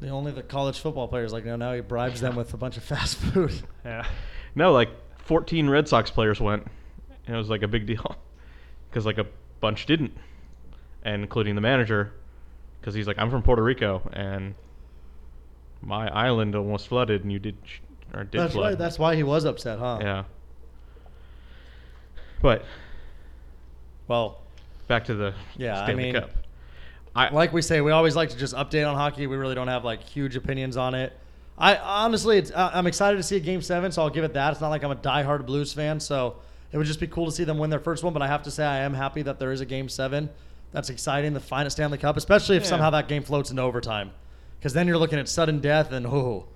Speaker 4: The only the college football players like you know, now he bribes them with a bunch of fast food.
Speaker 2: Yeah.
Speaker 3: No, like 14 Red Sox players went, and it was like a big deal because like a bunch didn't, and including the manager, because he's like, I'm from Puerto Rico and my island almost flooded, and you did sh- or did
Speaker 4: That's
Speaker 3: flood.
Speaker 4: why. That's why he was upset, huh?
Speaker 3: yeah. But
Speaker 4: Well,
Speaker 3: back to the
Speaker 4: Yeah, I
Speaker 3: Stanley
Speaker 4: mean-
Speaker 3: Cup. I
Speaker 4: like we say, we always like to just update on hockey. We really don't have like huge opinions on it. I honestly, it's, I- I'm excited to see a game seven, so I'll give it that. It's not like I'm a diehard Blues fan, so it would just be cool to see them win their first one. But I have to say, I am happy that there is a game seven. That's exciting. The finest Stanley Cup, especially if
Speaker 2: Yeah.
Speaker 4: somehow that game floats into overtime, because then you're looking at sudden death, and oh,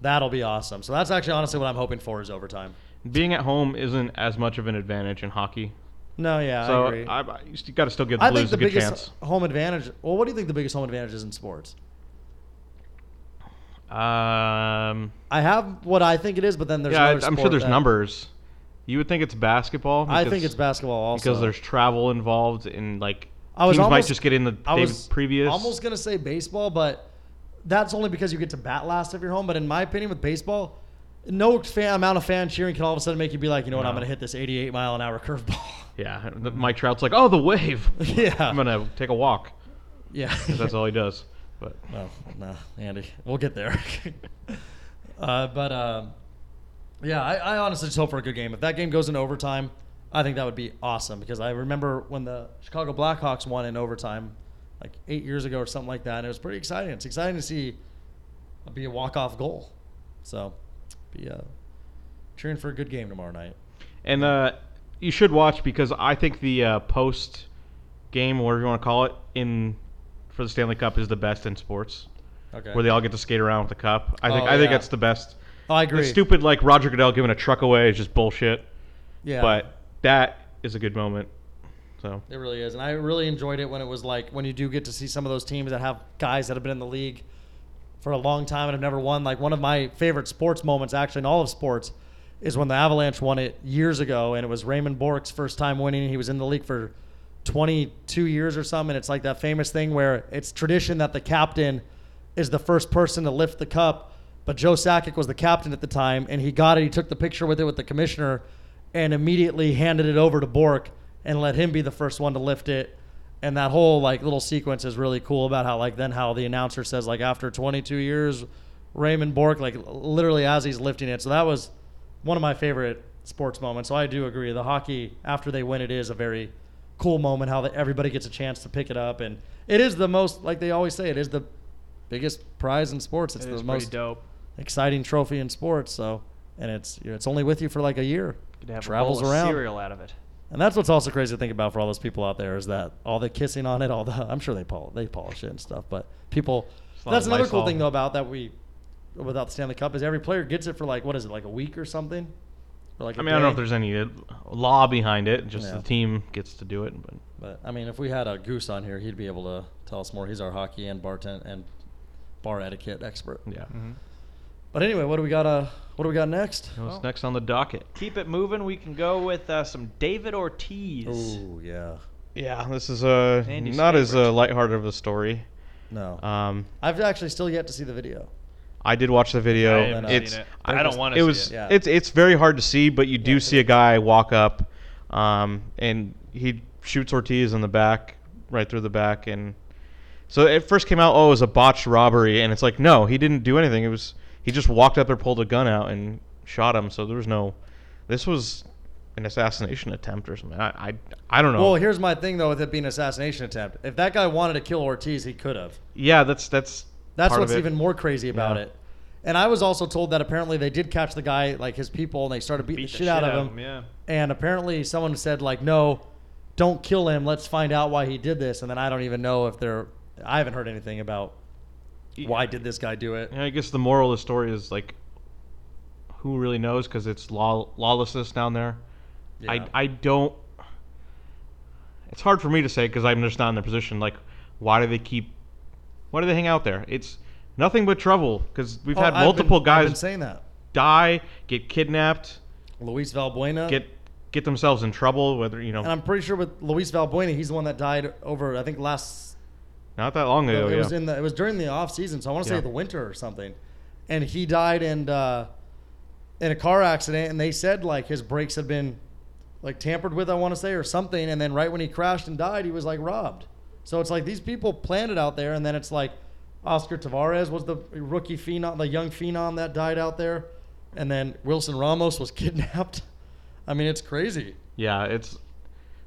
Speaker 4: that'll be awesome. So that's actually honestly what I'm hoping for is overtime.
Speaker 3: being at home isn't as much of an advantage in hockey.
Speaker 4: No, yeah,
Speaker 3: So
Speaker 4: I agree.
Speaker 3: I, I, you got to still give the
Speaker 4: I
Speaker 3: Blues
Speaker 4: think the
Speaker 3: a good
Speaker 4: biggest
Speaker 3: chance.
Speaker 4: home advantage. Well, what do you think the biggest home advantage is in sports?
Speaker 3: Um,
Speaker 4: I have what I think it is, but then there's
Speaker 3: yeah,
Speaker 4: another
Speaker 3: I- I'm sure
Speaker 4: sport
Speaker 3: there's
Speaker 4: that-
Speaker 3: numbers. You would think it's basketball.
Speaker 4: I think
Speaker 3: because-
Speaker 4: it's basketball also
Speaker 3: because there's travel involved and like
Speaker 4: I was
Speaker 3: teams might
Speaker 4: almost-
Speaker 3: just get in the day
Speaker 4: I was
Speaker 3: previous.
Speaker 4: Almost gonna say baseball, but that's only because you get to bat last if you're home. But in my opinion, with baseball, no fan, amount of fan cheering can all of a sudden make you be like, you know what, I'm
Speaker 3: No.
Speaker 4: gonna hit this 88 mile an hour curveball.
Speaker 3: yeah, the- Mike Trout's like, oh, the wave.
Speaker 4: yeah,
Speaker 3: I'm gonna take a walk.
Speaker 4: yeah.
Speaker 3: 'cause That's all he does. But
Speaker 4: Well, no, Andy, we'll get there. uh, but um, yeah, I, I honestly just hope for a good game. If that game goes into overtime, I think that would be awesome because I remember when the Chicago Blackhawks won in overtime, like eight years ago or something like that, and it was pretty exciting. It's exciting to see it be a walk off goal. So, be uh, cheering for a good game tomorrow night.
Speaker 3: and uh, you should watch because I think the uh, post game, whatever you want to call it, in for the Stanley Cup is the best in sports,
Speaker 4: Okay.
Speaker 3: where they all get to skate around with the cup. I think
Speaker 4: Oh,
Speaker 3: I think
Speaker 4: yeah.
Speaker 3: that's the best.
Speaker 4: oh, I agree.
Speaker 3: The stupid like Roger Goodell giving a truck away is just bullshit.
Speaker 4: Yeah.
Speaker 3: But that is a good moment. So
Speaker 4: It really is, and I really enjoyed it when it was like when you do get to see some of those teams that have guys that have been in the league for a long time and have never won. Like one of my favorite sports moments, actually in all of sports, is when the Avalanche won it years ago, and it was Raymond Bork's first time winning. He was in the league for 22 years or something. And it's like that famous thing where it's tradition that the captain is the first person to lift the cup, but Joe Sakic was the captain at the time, and he got it. He took the picture with it with the commissioner, and immediately handed it over to Bork and let him be the first one to lift it. And that whole like little sequence is really cool about how like then how the announcer says like after 22 years, Raymond Bork like literally as he's lifting it. So that was one of my favorite sports moments. So I do agree. The hockey after they win it is a very cool moment how that everybody gets a chance to pick it up, and it is the most like they always say it is the biggest prize in sports. It's
Speaker 2: It
Speaker 4: the
Speaker 2: is pretty
Speaker 4: most
Speaker 2: dope.
Speaker 4: exciting trophy in sports. So, and it's you know, it's only with you for like a year.
Speaker 2: Could have
Speaker 4: travels
Speaker 2: a bowl
Speaker 4: around.
Speaker 2: of cereal out of it.
Speaker 4: And that's what's also crazy to think about for all those people out there is that all the kissing on it, all the I'm sure they polish they polish it and stuff, but people
Speaker 5: It's a lot
Speaker 4: that's
Speaker 5: of
Speaker 4: another cool
Speaker 5: Lysol.
Speaker 4: thing though about that we without the Stanley Cup is every player gets it for like what is it like a week or something? Or like
Speaker 5: I
Speaker 4: a
Speaker 5: mean, I don't know
Speaker 4: day?
Speaker 5: if there's any uh, law behind it. Just
Speaker 4: Yeah.
Speaker 5: the team gets to do it. But
Speaker 4: But I mean, if we had a goose on here, he'd be able to tell us more. He's our hockey and bartend and bar etiquette expert.
Speaker 5: yeah,
Speaker 2: Mm-hmm.
Speaker 4: But anyway, what do we got? Uh, what do we got next?
Speaker 5: what's
Speaker 2: Well-
Speaker 5: next on the docket?
Speaker 2: Keep it moving. We can go with uh, some David Ortiz.
Speaker 4: Oh yeah,
Speaker 5: Yeah, this is uh,
Speaker 2: Andy's
Speaker 5: not as
Speaker 2: favorite.
Speaker 5: uh, lighthearted of a story.
Speaker 4: no.
Speaker 3: Um,
Speaker 4: I've actually still yet to see the video.
Speaker 3: I did watch the video.
Speaker 2: I haven't
Speaker 3: it's
Speaker 2: seen it. I don't want to
Speaker 3: it
Speaker 2: see
Speaker 3: was
Speaker 2: it.
Speaker 4: Yeah.
Speaker 3: it's it's very hard to see, but you do
Speaker 4: Yeah.
Speaker 3: see a guy walk up, um, and he shoots Ortiz in the back, right through the back, and so it first came out, oh, it was a botched robbery, and it's like no, he didn't do anything. It was he just walked up there, pulled a gun out, and shot him. So there was no, this was an assassination attempt or something. I I, I don't know.
Speaker 4: Well, here's my thing though with it being an assassination attempt. If that guy wanted to kill Ortiz, he could have.
Speaker 3: yeah, that's that's
Speaker 4: That's
Speaker 3: part of
Speaker 4: what's
Speaker 3: it.
Speaker 4: even more crazy about
Speaker 3: Yeah.
Speaker 4: it. And I was also told that apparently they did catch the guy, like his people, and they started beating
Speaker 2: Beat
Speaker 4: the, shit, out of him.
Speaker 2: Yeah.
Speaker 4: And apparently someone said like, "No, don't kill him. Let's find out why he did this." And then I don't even know if they're. I haven't heard anything about why did this guy do it.
Speaker 3: Yeah, I guess the moral of the story is like, who really knows? Because it's law lawlessness down there.
Speaker 4: Yeah.
Speaker 3: I I don't. It's hard for me to say because I'm just not in the position. Like, why do they keep? Why do they hang out there? It's nothing but trouble. Because we've
Speaker 4: Oh,
Speaker 3: had
Speaker 4: I've
Speaker 3: multiple
Speaker 4: been- I've been
Speaker 3: guys
Speaker 4: saying that.
Speaker 3: die, get kidnapped,
Speaker 4: Luis Valbuena.
Speaker 3: get get themselves in trouble. Whether you know,
Speaker 4: Uh, and I'm pretty sure with Luis Valbuena, he's the one that died over. I think last
Speaker 3: not that long ago.
Speaker 4: it
Speaker 3: Oh, yeah.
Speaker 4: was in the it was during the off season, so I want to
Speaker 3: Yeah.
Speaker 4: say the winter or something. And he died in uh, in a car accident, and they said like his brakes had been like tampered with, I want to say, or something. And then right when he crashed and died, he was like robbed. So it's like these people planned it out there, and then it's like Oscar Tavares was the rookie phenom, the young phenom that died out there, and then Wilson Ramos was kidnapped. I mean, it's crazy.
Speaker 3: yeah, it's. So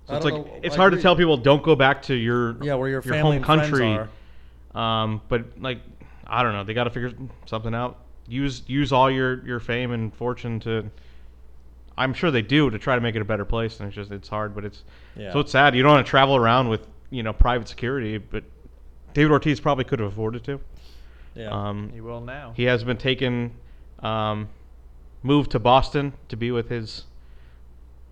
Speaker 4: I
Speaker 3: it's like
Speaker 4: don't know,
Speaker 3: it's
Speaker 4: I
Speaker 3: hard to
Speaker 4: agree.
Speaker 3: tell people don't go back to your
Speaker 4: Yeah, where your,
Speaker 3: your home
Speaker 4: family and friends
Speaker 3: country.
Speaker 4: are.
Speaker 3: Um, but like, I don't know. They got to figure something out. Use use all your your fame and fortune to. I'm sure they do to try to make it a better place, and it's just it's hard, but it's
Speaker 4: Yeah.
Speaker 3: so it's sad. You don't want to travel around with you know private security, but David Ortiz probably could have afforded to.
Speaker 4: Yeah.
Speaker 3: Um,
Speaker 2: You will now.
Speaker 3: he has been taken, um, moved to Boston to be with his,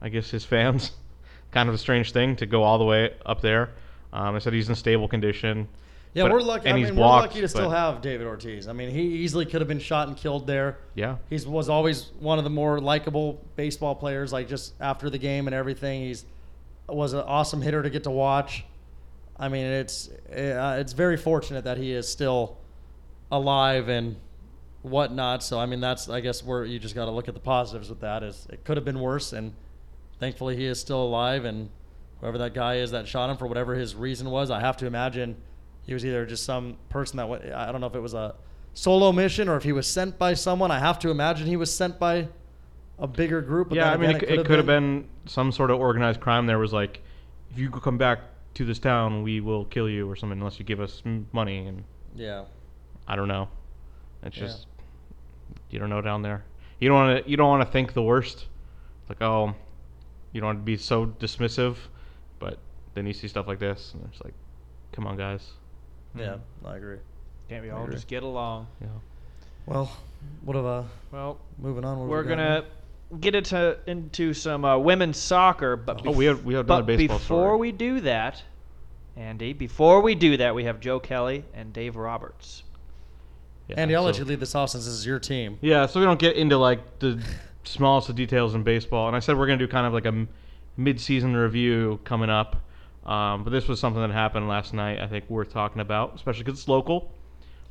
Speaker 3: I guess his fans. kind of a strange thing to go all the way up there. Um, I said he's in stable condition.
Speaker 4: Yeah,
Speaker 3: but-
Speaker 4: we're lucky.
Speaker 3: and
Speaker 4: I
Speaker 3: he's
Speaker 4: mean,
Speaker 3: blocked,
Speaker 4: we're lucky to still
Speaker 3: but-
Speaker 4: have David Ortiz. I mean, he easily could have been shot and killed there.
Speaker 3: Yeah.
Speaker 4: He was always one of the more likable baseball players. Like just after the game and everything, he's was an awesome hitter to get to watch. I mean, it's uh, it's very fortunate that he is still alive and whatnot. So I mean, that's I guess where you just got to look at the positives with that. Is it could have been worse, and thankfully he is still alive. And whoever that guy is that shot him for whatever his reason was, I have to imagine he was either just some person that went. I don't know if it was a solo mission or if he was sent by someone. I have to imagine he was sent by a bigger group. but
Speaker 3: yeah,
Speaker 4: then
Speaker 3: I mean,
Speaker 4: again,
Speaker 3: it, it could have been. some sort of organized crime. There was like, if you come back to this town, we will kill you or something unless you give us m- money. And
Speaker 4: Yeah.
Speaker 3: I don't know. It's
Speaker 4: Yeah.
Speaker 3: just you don't know down there. You don't want to. You don't want to think the worst. Like oh, you don't want to be so dismissive, but then you see stuff like this, and it's like, come on, guys. Hmm.
Speaker 4: Yeah, I agree.
Speaker 2: Can't we
Speaker 3: I
Speaker 2: all
Speaker 3: agree.
Speaker 2: just get along?
Speaker 3: Yeah.
Speaker 4: Well, what have uh
Speaker 2: Well,
Speaker 4: moving on? what have we
Speaker 2: we're
Speaker 4: got
Speaker 2: gonna get into into some uh, women's soccer, but
Speaker 3: Oh, we have- we have
Speaker 2: but
Speaker 3: another baseball
Speaker 2: before
Speaker 3: story.
Speaker 2: we do that, Andy, before we do that, we have Joe Kelly and Dave Roberts.
Speaker 3: yeah
Speaker 4: Andy, I'll let
Speaker 3: so-
Speaker 4: you lead this off since this is your team.
Speaker 3: Yeah, so we don't get into like the smallest of details in baseball. And I said we're gonna do kind of like a m- mid-season review coming up, um, but this was something that happened last night. I think worth talking about, especially because it's local.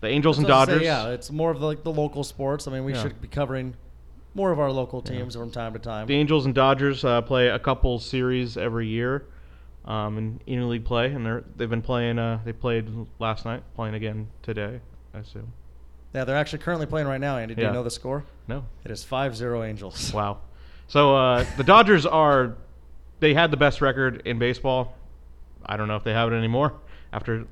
Speaker 3: The Angels and
Speaker 4: So I'll say,
Speaker 3: Dodgers.
Speaker 4: yeah, it's more of the, like the local sports. I mean, we
Speaker 3: Yeah.
Speaker 4: should be covering more of our local teams from time to time.
Speaker 3: The Angels and Dodgers uh, play a couple series every year um, in interleague play, and they're they've been playing. Uh, they played last night, playing again today. I assume.
Speaker 4: yeah, they're actually currently playing right now. Andy, do
Speaker 3: Yeah.
Speaker 4: you know the score?
Speaker 3: No.
Speaker 4: It is 5-0 Angels.
Speaker 3: Wow. So uh, the Dodgers are they had the best record in baseball. I don't know if they have it anymore after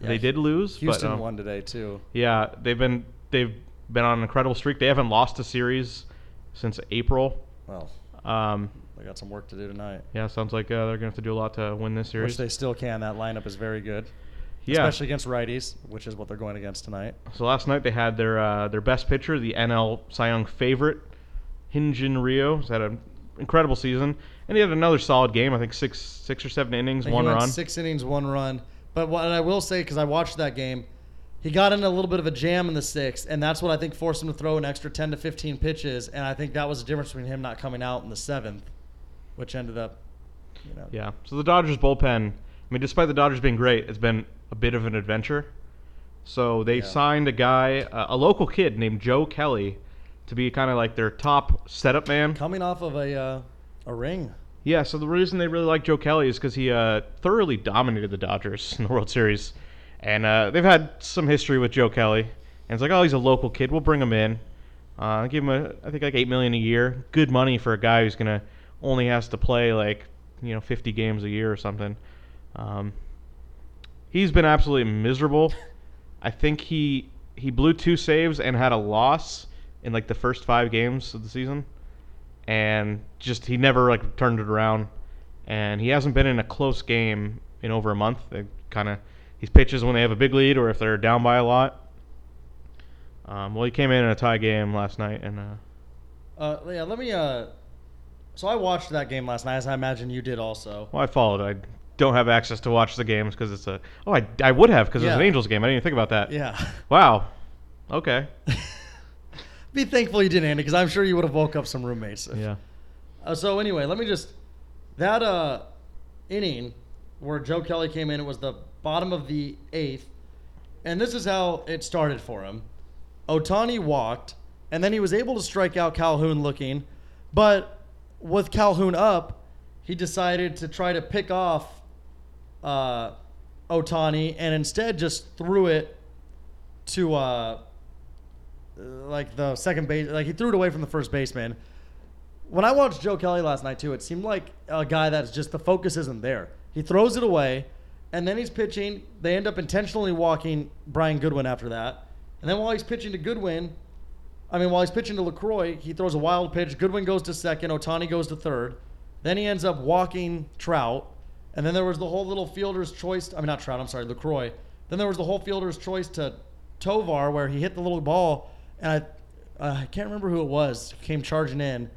Speaker 4: Yeah,
Speaker 3: they did lose.
Speaker 4: Houston
Speaker 3: but, um,
Speaker 4: won today too.
Speaker 3: Yeah, they've been they've been on an incredible streak. They haven't lost a series since April.
Speaker 4: Well,
Speaker 3: Um,
Speaker 4: they got some work to do tonight,
Speaker 3: yeah, sounds like uh, they're gonna have to do a lot to win this
Speaker 4: which
Speaker 3: series.
Speaker 4: they still can. That lineup is very good,
Speaker 3: yeah.
Speaker 4: especially against righties, which is what they're going against tonight.
Speaker 3: So last night they had their uh, their best pitcher, the NL Cy Young favorite, Hinjin Rio. He's had an incredible season, and he had another solid game. I think six six or seven innings,
Speaker 4: think
Speaker 3: one
Speaker 4: he went
Speaker 3: run.
Speaker 4: six innings, one run. But what I will say, because I watched that game, he got in a little bit of a jam in the sixth, and that's what I think forced him to throw an extra ten to fifteen pitches, and I think that was the difference between him not coming out in the seventh, which ended up, you know,
Speaker 3: Yeah. So the Dodgers bullpen. I mean, despite the Dodgers being great, it's been a bit of an adventure. So they
Speaker 4: Yeah.
Speaker 3: signed a guy, uh, a local kid named Joe Kelly, to be kind of like their top setup man.
Speaker 4: coming off of a uh, a ring.
Speaker 3: Yeah, so the reason they really like Joe Kelly is because he uh, thoroughly dominated the Dodgers in the World Series, and uh, they've had some history with Joe Kelly. And it's like, oh, he's a local kid. We'll bring him in. Uh, give him, a, I think, like eight million a year. Good money for a guy who's gonna only has to play like you know 50 games a year or something. Um, he's been absolutely miserable. I think he he blew two saves and had a loss in like the first five games of the season and just he never like turned it around and he hasn't been in a close game in over a month they kind of he pitches when they have a big lead or if they're down by a lot um, well he came in in a tie game last night and uh,
Speaker 4: Uh, yeah, let me. Uh, so I watched that game last night, as I imagine you did also.
Speaker 3: well i followed i don't have access to watch the games because it's a oh i, I would have because it was an
Speaker 4: Yeah.
Speaker 3: angels game i didn't even think about that
Speaker 4: Yeah.
Speaker 3: wow okay
Speaker 4: Be thankful you didn't, Andy, because I'm sure you would have woke up some roommates. if-
Speaker 3: yeah
Speaker 4: Uh, so anyway, let me just that uh inning where Joe Kelly came in. It was the bottom of the eighth, and this is how it started for him. Otani walked, and then he was able to strike out Calhoun looking, but with Calhoun up, he decided to try to pick off uh, Otani, and instead just threw it to uh, like the second base. Like he threw it away from the first baseman when I watched Joe Kelly last night too, it seemed like a guy that's just the focus isn't there. He throws it away, and then he's pitching. They end up intentionally walking Brian Goodwin after that, and then while he's pitching to Goodwin, I mean while he's pitching to Lacroix, he throws a wild pitch. Goodwin goes to second. Otani goes to third. Then he ends up walking Trout, and then there was the whole little fielder's choice. I mean not Trout. I'm sorry, Lacroix. Then there was the whole fielder's choice to Tovar where he hit the little ball, and I uh, I can't remember who it was came charging in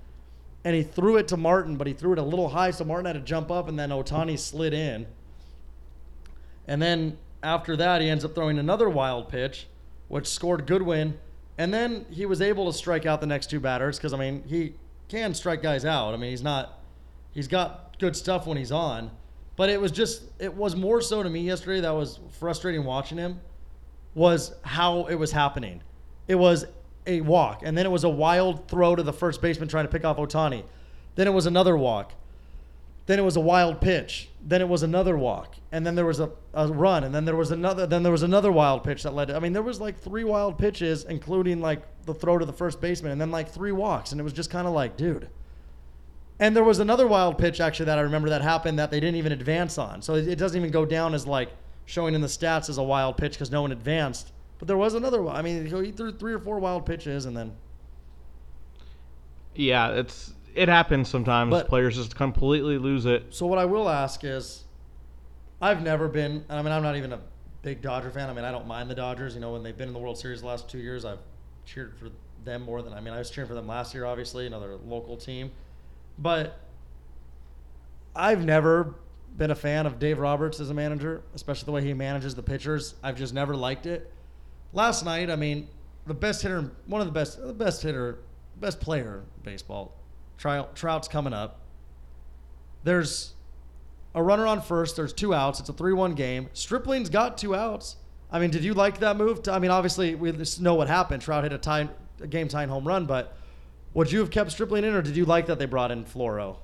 Speaker 4: and he threw it to Martin, but he threw it a little high, so Martin had to jump up, and then Otani slid in. And then after that, he ends up throwing another wild pitch, which scored Goodwin. And then he was able to strike out the next two batters because, I mean, he can strike guys out. I mean, he's not, he's got good stuff when he's on. But it was just, it was more so to me yesterday that was frustrating watching him was how it was happening. It was a walk, and then it was a wild throw to the first baseman trying to pick off Otani. Then it was another walk. Then it was a wild pitch. Then it was another walk, and then there was a, a run, and then there was another. Then there was another wild pitch that led. To, I mean, there was like three wild pitches, including like the throw to the first baseman, and then like three walks, and it was just kind of like, dude. And there was another wild pitch actually that I remember that happened that they didn't even advance on. So it, it doesn't even go down as like showing in the stats as a wild pitch because no one advanced. But there was another. one. I mean, he threw three or four wild pitches and then
Speaker 3: yeah it's it happens sometimes
Speaker 4: But-
Speaker 3: players just completely lose it
Speaker 4: So what I will ask is, I've never been. I mean, I'm not even a big Dodger fan. I mean, I don't mind the Dodgers. You know, when they've been in the World Series the last two years, I've cheered for them more than. I mean, I was cheering for them last year, obviously, another local team, but I've never been a fan of Dave Roberts as a manager, especially the way he manages the pitchers. I've just never liked it. Last night, I mean, the best hitter, one of the best, the best hitter, best player in baseball, Trout, Trout's coming up there's a runner on first. There's two outs. It's a three-one game. Stripling's got two outs. I mean, did you like that move? I mean, obviously we just know what happened. Trout hit a time, a game-tying home run, but would you have kept Stripling in, or did you like that they brought in Floro?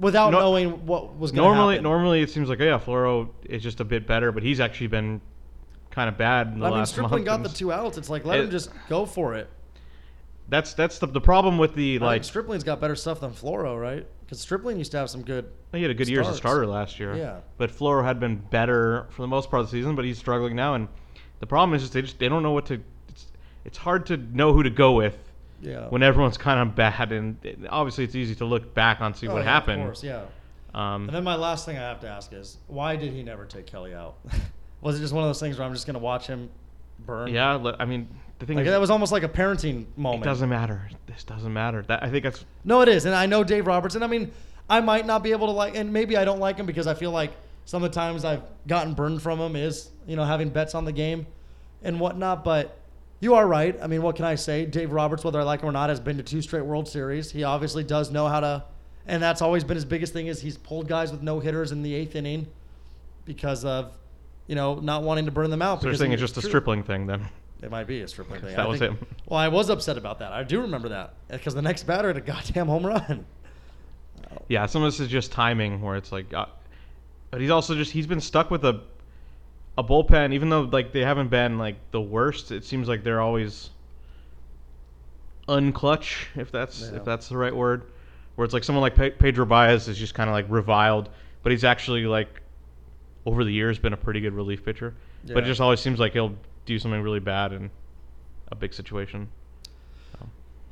Speaker 4: Without
Speaker 3: No-
Speaker 4: knowing what was going to
Speaker 3: normally
Speaker 4: happen.
Speaker 3: normally it seems like oh, yeah Floro is just a bit better but he's actually been kind of bad in the
Speaker 4: I mean,
Speaker 3: last
Speaker 4: Stripling
Speaker 3: month
Speaker 4: got
Speaker 3: and
Speaker 4: the
Speaker 3: s-
Speaker 4: two outs. It's like let
Speaker 3: It-
Speaker 4: him just go for it.
Speaker 3: That's that's the, the problem with the
Speaker 4: Like
Speaker 3: like.
Speaker 4: Stripling's got better stuff than Floro, right? Because Stripling used to have some good.
Speaker 3: He had a good year as a
Speaker 4: starts.
Speaker 3: starter last year.
Speaker 4: Yeah.
Speaker 3: But Floro had been better for the most part of the season, but he's struggling now. And the problem is just they just they don't know what to. It's, it's hard to know who to go with
Speaker 4: Yeah.
Speaker 3: when everyone's kind of bad, and it- obviously it's easy to look back on see
Speaker 4: Oh,
Speaker 3: what
Speaker 4: yeah,
Speaker 3: happened.
Speaker 4: Of course, yeah.
Speaker 3: Um,
Speaker 4: And then my last thing I have to ask is, why did he never take Kelly out? was it just one of those things where I'm just gonna watch him burn?
Speaker 3: yeah, li- I mean the thing
Speaker 4: Like
Speaker 3: is
Speaker 4: that was almost like a parenting
Speaker 3: it
Speaker 4: moment.
Speaker 3: doesn't matter. This doesn't matter. That I think that's
Speaker 4: No, it is, and I know Dave Robertson. I mean, I might not be able to like, and maybe I don't like him because I feel like some of the times I've gotten burned from him is you know having bets on the game and whatnot. But you are right. I mean, what can I say? Dave Roberts, whether I like him or not, has been to two straight World Series. He obviously does know how to, and that's always been his biggest thing is he's pulled guys with no hitters in the eighth inning because of you know not wanting to burn them out.
Speaker 3: so you're
Speaker 4: because
Speaker 3: saying
Speaker 4: he-
Speaker 3: it's just a
Speaker 4: True.
Speaker 3: stripling thing then.
Speaker 4: It might be a stripling thing.
Speaker 3: That
Speaker 4: I
Speaker 3: was
Speaker 4: think-
Speaker 3: him.
Speaker 4: Well, I was upset about that. I do remember that because the next batter had a goddamn home run. Oh.
Speaker 3: Yeah, some of this is just timing where it's like, uh, but he's also just he's been stuck with a a bullpen even though like they haven't been like the worst. It seems like they're always unclutch if that's
Speaker 4: Yeah.
Speaker 3: if that's the right word. Where it's like someone like Pe- Pedro Baez is just kind of like reviled, but he's actually like over the years been a pretty good relief pitcher. But it
Speaker 4: Yeah.
Speaker 3: just always seems like he'll do something really bad in a big situation.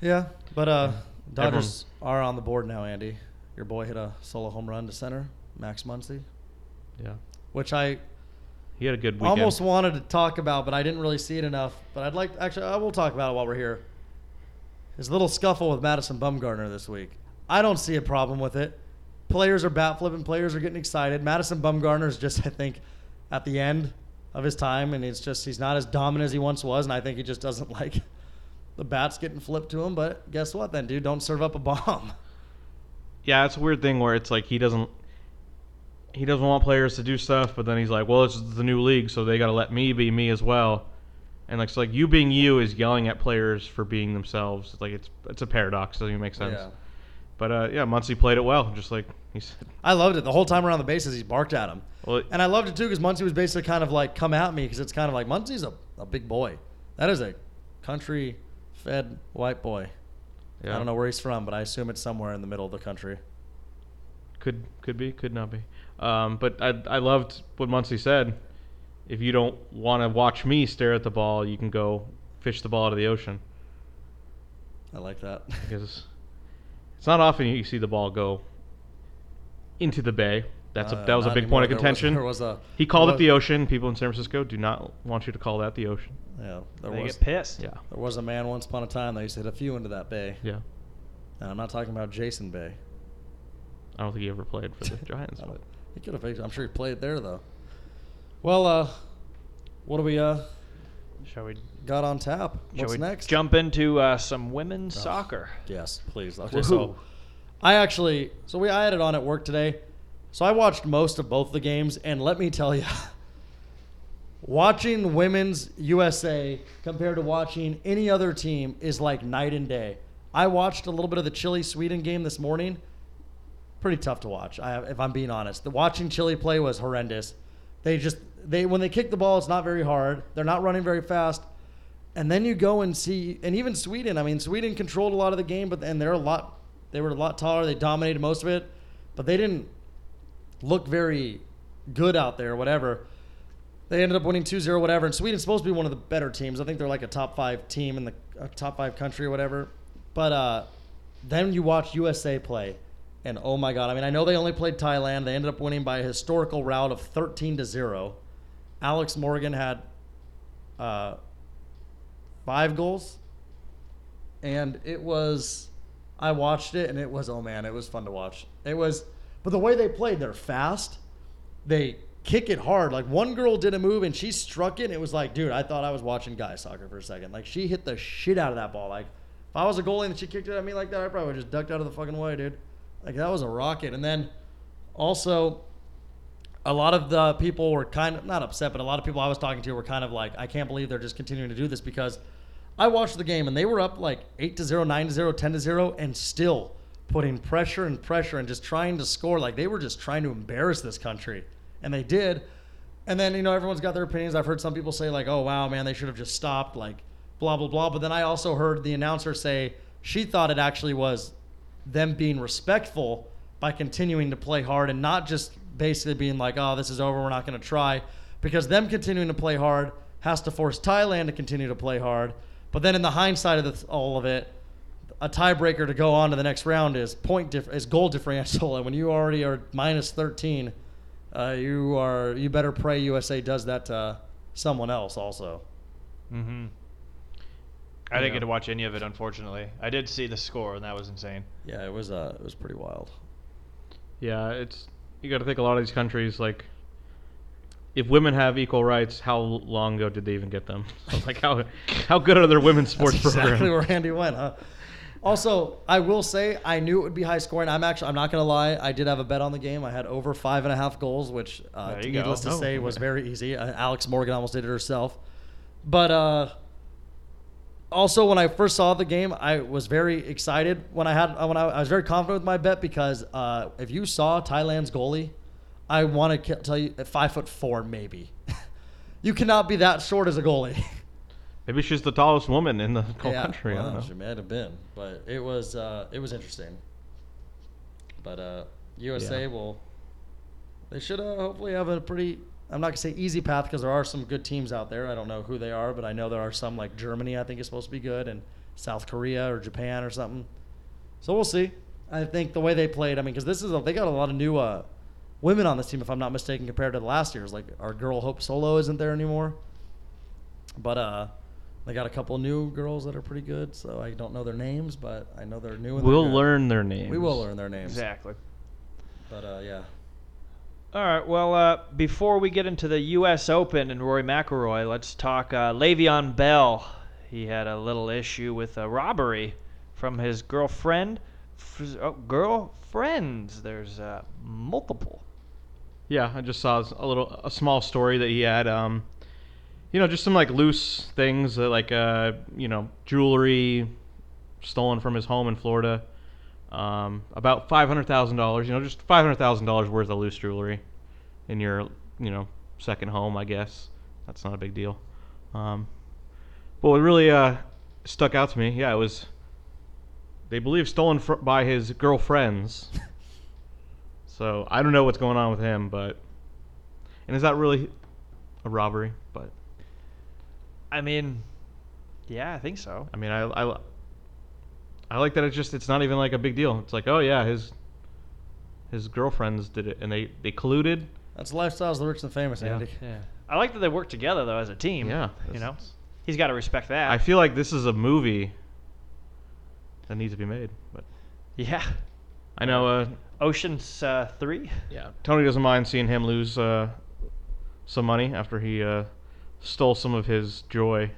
Speaker 4: Yeah, but uh, Dodgers are on the board now. Andy, your boy hit a solo home run to center, Max Muncy,
Speaker 3: Yeah,
Speaker 4: which I
Speaker 3: he had a good weekend.
Speaker 4: almost wanted to talk about, but I didn't really see it enough. But I'd like actually, I will talk about it while we're here. His little scuffle with Madison Bumgarner this week. I don't see a problem with it. Players are bat flipping. Players are getting excited. Madison Bumgarner is just, I think, at the end of his time, and it's just he's not as dominant as he once was, and I think he just doesn't like the bats getting flipped to him. But guess what, then, dude? Don't serve up a bomb.
Speaker 3: yeah, it's a weird thing where it's like he doesn't he doesn't want players to do stuff, but then he's like, well, this is the new league, so they got to let me be me as well. And like, it's like you being you is yelling at players for being themselves. It's like it's it's a paradox. Doesn't even make sense.
Speaker 4: Yeah.
Speaker 3: But uh, yeah, Muncy played it well. Just like he said,
Speaker 4: I loved it the whole time around the bases. He barked at him.
Speaker 3: well, it-
Speaker 4: And I loved it too because Muncie was basically kind of like, come at me because it's kind of like Muncie's a, a big boy. That is a country fed white boy.
Speaker 3: yeah,
Speaker 4: I don't know where he's from, but I assume it's somewhere in the middle of the country.
Speaker 3: Could could be, could not be. Um, but I I loved what Muncy said. If you don't want to watch me stare at the ball, you can go fish the ball out of the ocean.
Speaker 4: I like that.
Speaker 3: because it's not often you see the ball go into the bay. That's a,
Speaker 4: Uh,
Speaker 3: that was a
Speaker 4: not
Speaker 3: big
Speaker 4: anymore.
Speaker 3: point of
Speaker 4: There was-
Speaker 3: contention.
Speaker 4: there was a-
Speaker 3: he called it
Speaker 4: there was-
Speaker 3: the ocean. People in San Francisco do not want you to call that the ocean.
Speaker 4: Yeah, there
Speaker 2: They
Speaker 4: was,
Speaker 2: get pissed.
Speaker 3: Yeah,
Speaker 4: there was a man once upon a time that used to hit a few into that bay.
Speaker 3: yeah.
Speaker 4: And I'm not talking about Jason Bay.
Speaker 3: I don't think he ever played for the Giants,
Speaker 4: I don't-
Speaker 3: but
Speaker 4: He could have. I'm sure he played there though. Well, uh, what do we uh
Speaker 2: Shall we?
Speaker 4: got on tap?
Speaker 2: Shall
Speaker 4: What's
Speaker 2: we
Speaker 4: next?
Speaker 2: jump into uh, some women's
Speaker 4: Oh.
Speaker 2: soccer?
Speaker 4: Yes, please. Okay,
Speaker 2: Woohoo.
Speaker 4: so I actually, so we, I had it on at work today. So I watched most of both the games, and let me tell you, watching women's USA compared to watching any other team is like night and day. I watched a little bit of the Chile Sweden game this morning. Pretty tough to watch. I, if I'm being honest, the watching Chile play was horrendous. They just they when they kick the ball, it's not very hard. They're not running very fast. And then you go and see, and even Sweden. I mean, Sweden controlled a lot of the game, but and they're a lot, they were a lot taller. They dominated most of it, but they didn't look very good out there. Whatever. They ended up winning 2-0, whatever. And Sweden's supposed to be one of the better teams. I think they're like a top five team in the uh, top five country or whatever. But uh, then you watch USA play, and oh my god! I mean, I know they only played Thailand. They ended up winning by a historical route of 13 to zero. Alex Morgan had uh, five goals, and it was. I watched it, and it was oh man, it was fun to watch. It was, but the way they played, they're fast. They kick it hard. Like one girl did a move, and she struck it. And it was like, dude, I thought I was watching guy soccer for a second. Like she hit the shit out of that ball. Like if I was a goalie and she kicked it at me like that, I probably would just ducked out of the fucking way, dude. Like that was a rocket. And then also a lot of the people were kind of not upset, but a lot of people I was talking to were kind of like, I can't believe they're just continuing to do this because I watched the game and they were up like 8 to 0, 9 to 0, 10 to 0 and still putting pressure and pressure and just trying to score like they were just trying to embarrass this country and they did. And then you know everyone's got their opinions. I've heard some people say like, "Oh wow, man, they should have just stopped." Like blah blah blah. But then I also heard the announcer say she thought it actually was them being respectful by continuing to play hard and not just basically being like, "Oh, this is over. We're not going to try," because them continuing to play hard has to force Thailand to continue to play hard. But then in the hindsight of this, all of it, a tiebreaker to go on to the next round is point dif- is goal differential, and when you already are minus thirteen, uh, you are you better pray USA does that to someone else also.
Speaker 2: Mm-hmm. I didn't
Speaker 3: Yeah.
Speaker 2: get to watch any of it, unfortunately. I did see the score, and that was insane.
Speaker 4: Yeah, it was uh, it was pretty wild.
Speaker 3: Yeah, it's you got to think a lot of these countries like if women have equal rights, how long ago did they even get them? So, like how how good are their women's sports
Speaker 4: That's exactly
Speaker 3: program?
Speaker 4: where Andy went, huh? Also, I will say I knew it would be high scoring. I'm actually I'm not gonna lie. I did have a bet on the game. I had over five and a half goals, which uh,
Speaker 2: There you go.
Speaker 4: needless to
Speaker 2: Oh,
Speaker 4: say was very easy. Uh, Alex Morgan almost did it herself, but uh, also when I first saw the game, I was very excited when I had uh, when I, I was very confident with my bet because uh, if you saw Thailand's goalie, I want to tell you at five foot four maybe. you cannot be that short as a goalie.
Speaker 3: Maybe she's the tallest woman in the whole country. I
Speaker 4: well,
Speaker 3: don't
Speaker 4: She
Speaker 3: know.
Speaker 4: might have been, but it was uh, it was interesting. But uh, USA
Speaker 3: Yeah.
Speaker 4: will they should uh, hopefully have a pretty I'm not gonna say easy path because there are some good teams out there. I don't know who they are, but I know there are some like Germany. I think is supposed to be good, and South Korea or Japan or something. So we'll see. I think the way they played, I mean, because this is a, they got a lot of new uh, women on this team, if I'm not mistaken, compared to last year's. Like our girl Hope Solo isn't there anymore, but uh, they got a couple new girls that are pretty good. So I don't know their names, but I know they're new. And they're
Speaker 3: We'll
Speaker 4: good.
Speaker 3: learn their names.
Speaker 4: We will learn their names.
Speaker 2: Exactly.
Speaker 4: But uh, yeah,
Speaker 2: All right. Well, uh, before we get into the U.S. Open and Rory McIlroy, let's talk uh, Le'Veon Bell. He had a little issue with a robbery from his girlfriend. F- oh, girlfriends. There's uh, multiple.
Speaker 3: Yeah, I just saw a little a small story that he had. Um, you know, just some like loose things uh, like uh, you know jewelry stolen from his home in Florida. Um, about five hundred thousand dollars. You know, just five hundred thousand dollars worth of loose jewelry in your you know second home. I guess that's not a big deal. Um, but what really uh, stuck out to me, yeah, it was they believe stolen fr- by his girlfriends. So I don't know what's going on with him, but and is that really a robbery? But
Speaker 2: I mean, yeah, I think so.
Speaker 3: I mean, I I, I like that it's just it's not even like a big deal. It's like oh yeah, his his girlfriends did it and they they colluded.
Speaker 4: that's lifestyles of the rich and famous,
Speaker 3: Yeah.
Speaker 4: Andy.
Speaker 2: Yeah. I like that they work together though as a team.
Speaker 3: Yeah,
Speaker 2: You
Speaker 3: that's-
Speaker 2: know, he's got to respect that.
Speaker 3: I feel like this is a movie that needs to be made, but
Speaker 2: yeah.
Speaker 3: I know uh
Speaker 2: Ocean's uh, Three.
Speaker 3: yeah Tony doesn't mind seeing him lose uh some money after he uh stole some of his joy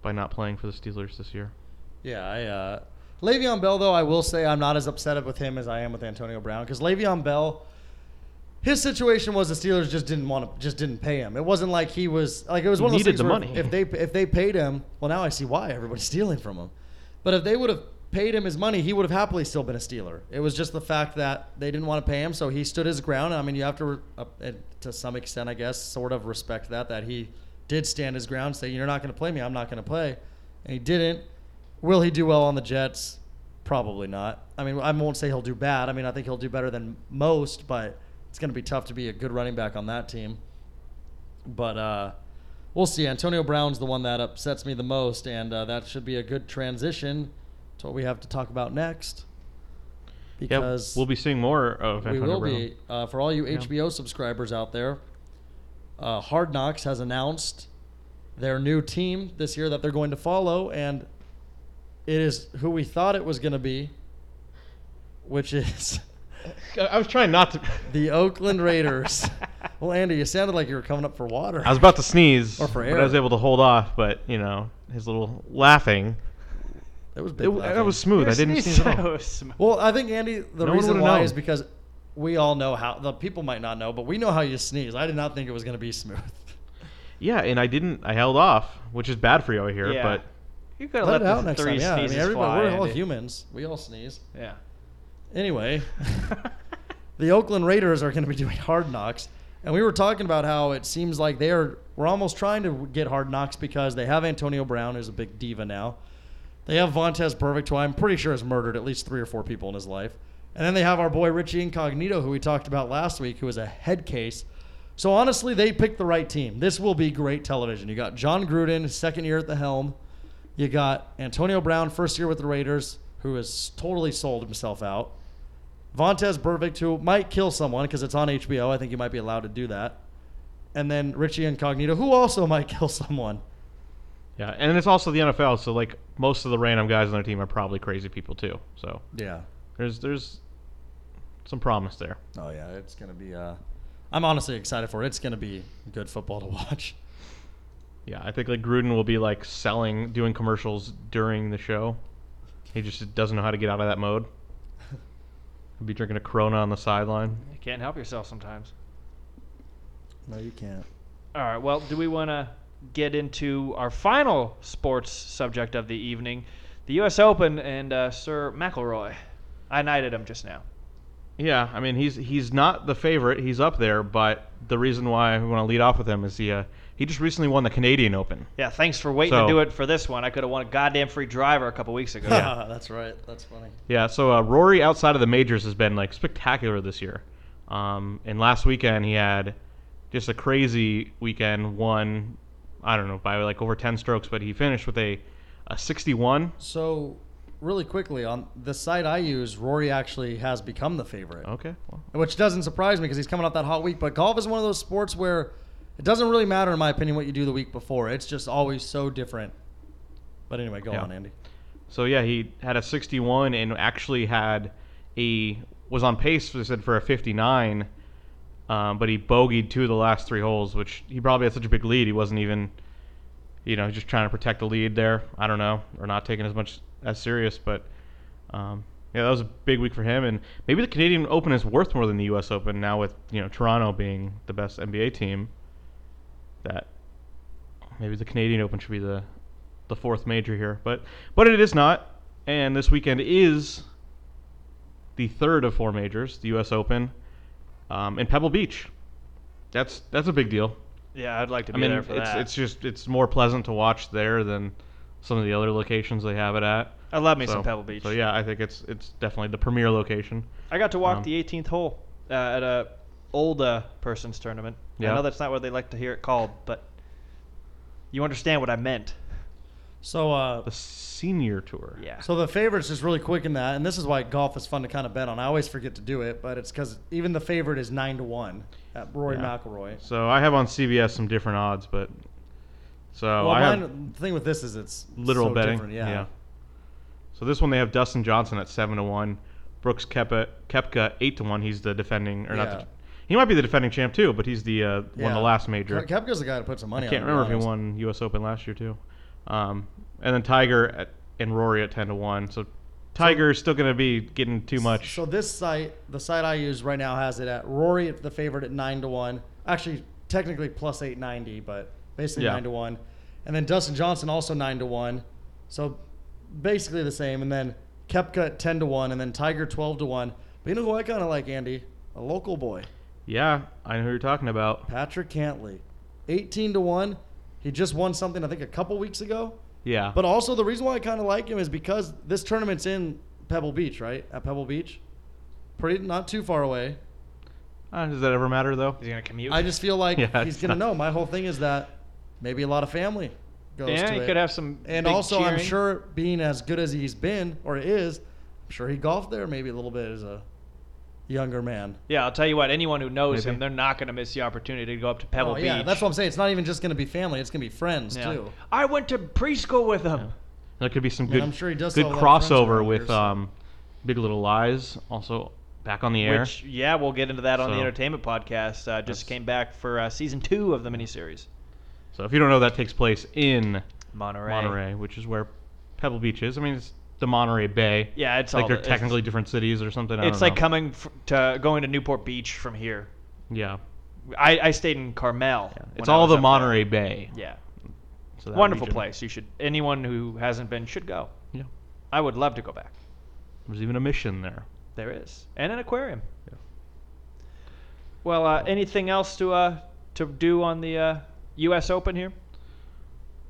Speaker 3: by not playing for the Steelers this year.
Speaker 4: Yeah, I uh, Le'Veon Bell though I will say I'm not as upset with him as I am with Antonio Brown because Le'Veon Bell, his situation was the Steelers just didn't want to just didn't pay him. It wasn't like he was like it was
Speaker 3: He
Speaker 4: one of those
Speaker 3: needed
Speaker 4: things
Speaker 3: the
Speaker 4: where
Speaker 3: money.
Speaker 4: If they if they paid him, well now I see why everybody's stealing from him. But if they would have paid him his money, he would have happily still been a Steeler. It was just the fact that they didn't want to pay him, so he stood his ground. And I mean, you have to uh, and to some extent, I guess, sort of respect that that he did stand his ground, say you're not going to play me, I'm not going to play, and he didn't. Will he do well on the Jets? Probably not. I mean, I won't say he'll do bad. I mean, I think he'll do better than most, but it's going to be tough to be a good running back on that team. But uh, we'll see. Antonio Brown's the one that upsets me the most, and uh, that should be a good transition to what we have to talk about next. Because
Speaker 3: yeah, we'll be seeing more of
Speaker 4: we
Speaker 3: Antonio
Speaker 4: will
Speaker 3: Brown.
Speaker 4: be uh, for all you
Speaker 3: Yeah.
Speaker 4: HBO subscribers out there. Uh, Hard Knocks has announced their new team this year that they're going to follow, and it is who we thought it was going to be, which is
Speaker 3: I was trying not to.
Speaker 4: the Oakland Raiders. well, Andy, you sounded like you were coming up for water.
Speaker 6: I was about to sneeze,
Speaker 4: Or for
Speaker 6: but I was
Speaker 4: air.
Speaker 6: able to hold off. But you know, his little laughing.
Speaker 4: That was
Speaker 6: It,
Speaker 4: big.
Speaker 6: w- that
Speaker 4: laughing.
Speaker 6: was smooth. I didn't sneeze at all.
Speaker 4: Well, I think Andy, the
Speaker 6: No one
Speaker 4: reason
Speaker 6: would've
Speaker 4: why
Speaker 6: known.
Speaker 4: is because we all know how the people might not know, but we know how you sneeze. I did not think it was going to be smooth.
Speaker 6: Yeah, and I didn't. I held off, which is bad for you here.
Speaker 2: Yeah.
Speaker 6: But
Speaker 2: You gotta let,
Speaker 4: it out
Speaker 2: the
Speaker 4: next
Speaker 2: three
Speaker 4: time. Yeah, I mean,
Speaker 2: sneezes
Speaker 4: everybody,
Speaker 2: fly.
Speaker 4: we're all
Speaker 2: Andy.
Speaker 4: humans. We all sneeze.
Speaker 2: Yeah.
Speaker 4: Anyway, the Oakland Raiders are going to be doing hard knocks. And we were talking about how it seems like they are we're almost trying to get hard knocks because they have Antonio Brown, who's a big diva now. They have Vontez Perfect, who I'm pretty sure has murdered at least three or four people in his life. And then they have our boy Richie Incognito, who we talked about last week, who is a head case. So honestly, they picked the right team. This will be great television. You got John Gruden, his second year at the helm. You got Antonio Brown, first year with the Raiders, who has totally sold himself out. Vontez Burvick, who might kill someone because it's on HBO. I think he might be allowed to do that. And then Richie Incognito, who also might kill someone.
Speaker 3: Yeah, and it's also the NFL, so like most of the random guys on their team are probably crazy people too. So
Speaker 4: Yeah.
Speaker 3: there's there's some promise there.
Speaker 4: Oh yeah, it's gonna be. Uh, I'm honestly excited for it. It's gonna be good football to watch.
Speaker 3: Yeah, I think like Gruden will be like selling, doing commercials during the show. He just doesn't know how to get out of that mode. He'll be drinking a Corona on the sideline.
Speaker 2: You can't help yourself sometimes.
Speaker 4: No, you can't.
Speaker 2: All right. Well, do we want to get into our final sports subject of the evening, the U.S. Open and uh, Sir McIlroy? I knighted him just now.
Speaker 3: Yeah, I mean he's he's not the favorite. He's up there, but the reason why we want to lead off with him is he uh, he just recently won the Canadian Open.
Speaker 2: Yeah. Thanks for waiting
Speaker 3: So-
Speaker 2: to do it for this one. I could have won a goddamn free driver a couple weeks ago.
Speaker 4: that's right. That's funny.
Speaker 3: Yeah, so uh, Rory outside of the majors has been like spectacular this year. Um, and last weekend he had just a crazy weekend. Won, I don't know by like over ten strokes, but he finished with a, a 61.
Speaker 4: So, really quickly on the site I use, Rory actually has become the favorite,
Speaker 3: Okay, well,
Speaker 4: which doesn't surprise me because he's coming off that hot week. But golf is one of those sports where it doesn't really matter, in my opinion, what you do the week before. It's just always so different. But anyway, go
Speaker 3: Yeah.
Speaker 4: on, Andy.
Speaker 3: so yeah, he had a 61 and actually had a was on pace for said for a 59, um, but he bogeyed two of the last three holes, which he probably had such a big lead he wasn't even, you know, just trying to protect the lead there. I don't know, or not taking as much as serious, but um, yeah, that was a big week for him, and maybe the Canadian Open is worth more than the U.S. Open now with you know Toronto being the best NBA team. That maybe the Canadian Open should be the the fourth major here, but but it is not. And this weekend is the third of four majors, the U.S. Open, um, in Pebble Beach. That's that's a big deal.
Speaker 2: Yeah, I'd like to
Speaker 3: I
Speaker 2: be
Speaker 3: mean,
Speaker 2: there for
Speaker 3: it's
Speaker 2: that.
Speaker 3: it's just it's more pleasant to watch there than some of the other locations they have it at.
Speaker 2: I love me
Speaker 3: so,
Speaker 2: some Pebble Beach.
Speaker 3: So yeah, I think it's it's definitely the premier location.
Speaker 2: I got to walk
Speaker 3: Um,
Speaker 2: the 18th hole uh, at a old uh, person's tournament. I
Speaker 3: Yeah.
Speaker 2: know that's not what they like to hear it called, but you understand what I meant.
Speaker 4: So, uh,
Speaker 3: The senior tour.
Speaker 2: Yeah.
Speaker 4: So the favorites just really quick in that, and this is why golf is fun to kind of bet on. I always forget to do it, but it's because even the favorite is nine to one at Rory
Speaker 3: Yeah.
Speaker 4: McIlroy.
Speaker 3: So I have on CBS some different odds, but so
Speaker 4: Well,
Speaker 3: I
Speaker 4: mine,
Speaker 3: have
Speaker 4: the thing with this is it's
Speaker 3: literal
Speaker 4: so
Speaker 3: betting.
Speaker 4: different, Yeah.
Speaker 3: So this one they have Dustin Johnson at seven to one, Brooks Kepa, Kepka eight to one. He's the defending or not?
Speaker 4: Yeah.
Speaker 3: The, he might be the defending champ too, but he's the uh, won
Speaker 4: Yeah.
Speaker 3: the last major.
Speaker 4: Ke- Kepka's the guy to put some money.
Speaker 3: I can't
Speaker 4: on, to be
Speaker 3: remember if he
Speaker 4: honest.
Speaker 3: won U.S. Open last year too. Um, and then Tiger at, and Rory at ten to one. So Tiger's still going to be getting too much.
Speaker 4: So this site, the site I use right now, has it at Rory at the favorite at nine to one. Actually, technically plus eight ninety, but basically
Speaker 3: Yeah.
Speaker 4: nine to one. And then Dustin Johnson also nine to one. So basically the same. And then Kepka at ten to one, and then Tiger twelve to one. But you know who I kind of like, Andy, a local boy,
Speaker 3: yeah, I know who you're talking about.
Speaker 4: Patrick Cantley, eighteen to one. He just won something I think a couple weeks ago.
Speaker 3: Yeah,
Speaker 4: But also the reason why I kind of like him is because this tournament's in Pebble Beach, right? At Pebble Beach, pretty not too far away.
Speaker 3: uh, does that ever matter though?
Speaker 2: He's gonna commute.
Speaker 4: I just feel like
Speaker 3: Yeah,
Speaker 4: he's
Speaker 3: it's
Speaker 4: gonna
Speaker 3: not-
Speaker 4: know. My whole thing is that maybe a lot of family goes
Speaker 2: yeah,
Speaker 4: to
Speaker 2: he
Speaker 4: it.
Speaker 2: could have some.
Speaker 4: and
Speaker 2: big
Speaker 4: also, I'm
Speaker 2: cheering.
Speaker 4: sure being as good as he's been or is, I'm sure he golfed there maybe a little bit as a younger man.
Speaker 2: Yeah, I'll tell you what. Anyone who knows
Speaker 3: Maybe.
Speaker 2: him, they're not gonna miss the opportunity to go up to Pebble
Speaker 4: oh, yeah,
Speaker 2: Beach.
Speaker 4: that's what I'm saying. It's not even just gonna be family; it's gonna be friends
Speaker 2: Yeah.
Speaker 4: too.
Speaker 2: I went to preschool with him.
Speaker 3: There could be some
Speaker 4: And
Speaker 3: good,
Speaker 4: I'm sure he does
Speaker 3: good
Speaker 4: have a lot of friends
Speaker 3: crossover
Speaker 4: around here,
Speaker 3: with
Speaker 4: so-
Speaker 3: um, Big Little Lies, also back on the air.
Speaker 2: Which, yeah, we'll get into that on the
Speaker 3: So-
Speaker 2: entertainment podcast. Uh, just
Speaker 3: That's-
Speaker 2: came back for uh, season two of the miniseries.
Speaker 3: So if you don't know, that takes place in
Speaker 2: Monterey.
Speaker 3: Monterey, which is where Pebble Beach is. I mean, it's the Monterey Bay.
Speaker 2: Yeah, it's
Speaker 3: like
Speaker 2: all
Speaker 3: they're
Speaker 2: the- it's-
Speaker 3: technically different cities or something. I
Speaker 2: It's
Speaker 3: don't
Speaker 2: like
Speaker 3: know.
Speaker 2: coming f- to going to Newport Beach from here.
Speaker 3: yeah,
Speaker 2: I, I stayed in Carmel.
Speaker 3: yeah.
Speaker 2: when
Speaker 3: it's
Speaker 2: I
Speaker 3: all
Speaker 2: was
Speaker 3: the
Speaker 2: up there.
Speaker 3: Monterey Bay.
Speaker 2: Yeah,
Speaker 3: So that
Speaker 2: wonderful
Speaker 3: region.
Speaker 2: place. You should. Anyone who hasn't been should go.
Speaker 3: Yeah,
Speaker 2: I would love to go back.
Speaker 3: there's even a mission there.
Speaker 2: There is, and an aquarium. Well, uh, anything else to uh, to do on the uh, U.S. Open here?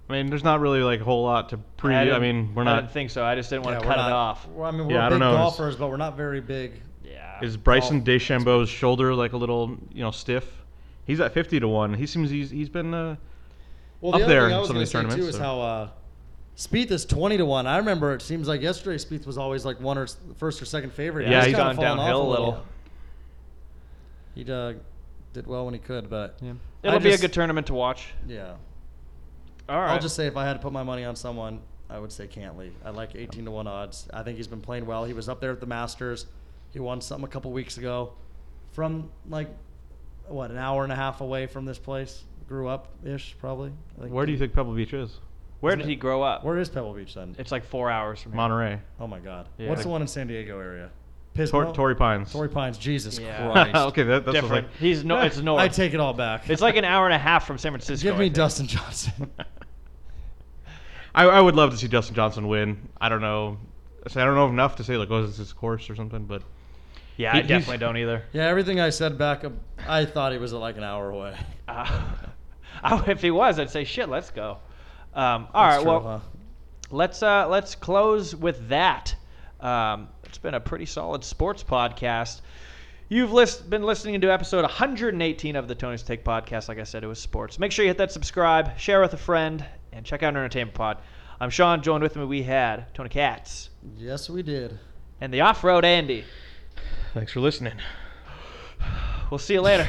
Speaker 3: I mean, there's not really like a whole lot to preview. I,
Speaker 2: didn't-
Speaker 3: mean, we're
Speaker 2: I
Speaker 3: not.
Speaker 2: didn't think so. I just didn't want to
Speaker 4: we're
Speaker 2: cut
Speaker 4: not-
Speaker 2: it off.
Speaker 4: Well, I mean, we're
Speaker 3: Yeah, I
Speaker 4: big
Speaker 3: don't know.
Speaker 4: golfers, but we're not very big.
Speaker 2: Yeah.
Speaker 3: Is Bryson DeChambeau's shoulder like a little, you know, stiff? He's at 50 to one. He seems he's he's been. Uh,
Speaker 4: Well,
Speaker 3: Up
Speaker 4: the other
Speaker 3: there
Speaker 4: thing I
Speaker 3: in
Speaker 4: was
Speaker 3: some of
Speaker 4: going to
Speaker 3: these
Speaker 4: say too
Speaker 3: tournaments,
Speaker 4: is
Speaker 3: so.
Speaker 4: how uh, Spieth is twenty to one. I remember it seems like yesterday Spieth was always like one or s- first or second favorite.
Speaker 2: Yeah,
Speaker 3: Yeah,
Speaker 4: He's
Speaker 3: he's
Speaker 4: kinda
Speaker 2: gone
Speaker 4: fallen off
Speaker 2: downhill a little.
Speaker 4: He uh, did well when he could, but
Speaker 2: Yeah.
Speaker 4: yeah,
Speaker 2: It'll
Speaker 4: I
Speaker 2: be
Speaker 4: just-
Speaker 2: a good tournament to watch. All right.
Speaker 4: I'll just say if I had to put my money on someone, I would say Cantley. I like eighteen to one odds. I think he's been playing well. He was up there at the Masters. He won something a couple weeks ago, from like what an hour and a half away from this place. Grew up ish, probably. I think
Speaker 3: where do you think Pebble Beach is?
Speaker 2: Where
Speaker 4: isn't
Speaker 2: did
Speaker 4: it-
Speaker 2: he grow up?
Speaker 4: Where is Pebble Beach then?
Speaker 2: It's like four hours from here.
Speaker 3: Monterey,
Speaker 4: Oh my God.
Speaker 2: Yeah.
Speaker 4: What's the one in San Diego area?
Speaker 3: Tor-
Speaker 4: Pismo?
Speaker 3: Torrey Pines.
Speaker 4: Torrey Pines. Jesus
Speaker 2: Yeah.
Speaker 4: Christ.
Speaker 3: okay, that, that's what I was
Speaker 2: Different.
Speaker 3: like.
Speaker 2: He's no. It's north.
Speaker 4: I take it all back.
Speaker 2: it's like an hour and a half from San Francisco.
Speaker 4: Give
Speaker 2: I
Speaker 4: me
Speaker 2: think.
Speaker 4: Dustin Johnson.
Speaker 3: I, I would love to see Dustin Johnson win. I don't know. I don't know enough to say like, oh, this is his course or something. But
Speaker 2: Yeah,
Speaker 3: He-
Speaker 2: I
Speaker 3: he's-
Speaker 2: definitely don't either.
Speaker 4: yeah, everything I said back, up, I thought he was like an hour away.
Speaker 2: Uh, I- if he was, I'd say shit. Let's go. Um, all right.
Speaker 4: That's true,
Speaker 2: well,
Speaker 4: huh?
Speaker 2: let's uh, let's close with that. Um, it's been a pretty solid sports podcast. You've list, been listening to episode 118 of the Tony's Take podcast. Like I said, it was sports. Make sure you hit that subscribe, share with a friend, and check out Entertainment Pod. I'm Sean. Joined with me, we had Tony Katz
Speaker 4: yes, we did.
Speaker 2: and the off-road Andy.
Speaker 3: thanks for listening.
Speaker 2: We'll see you later.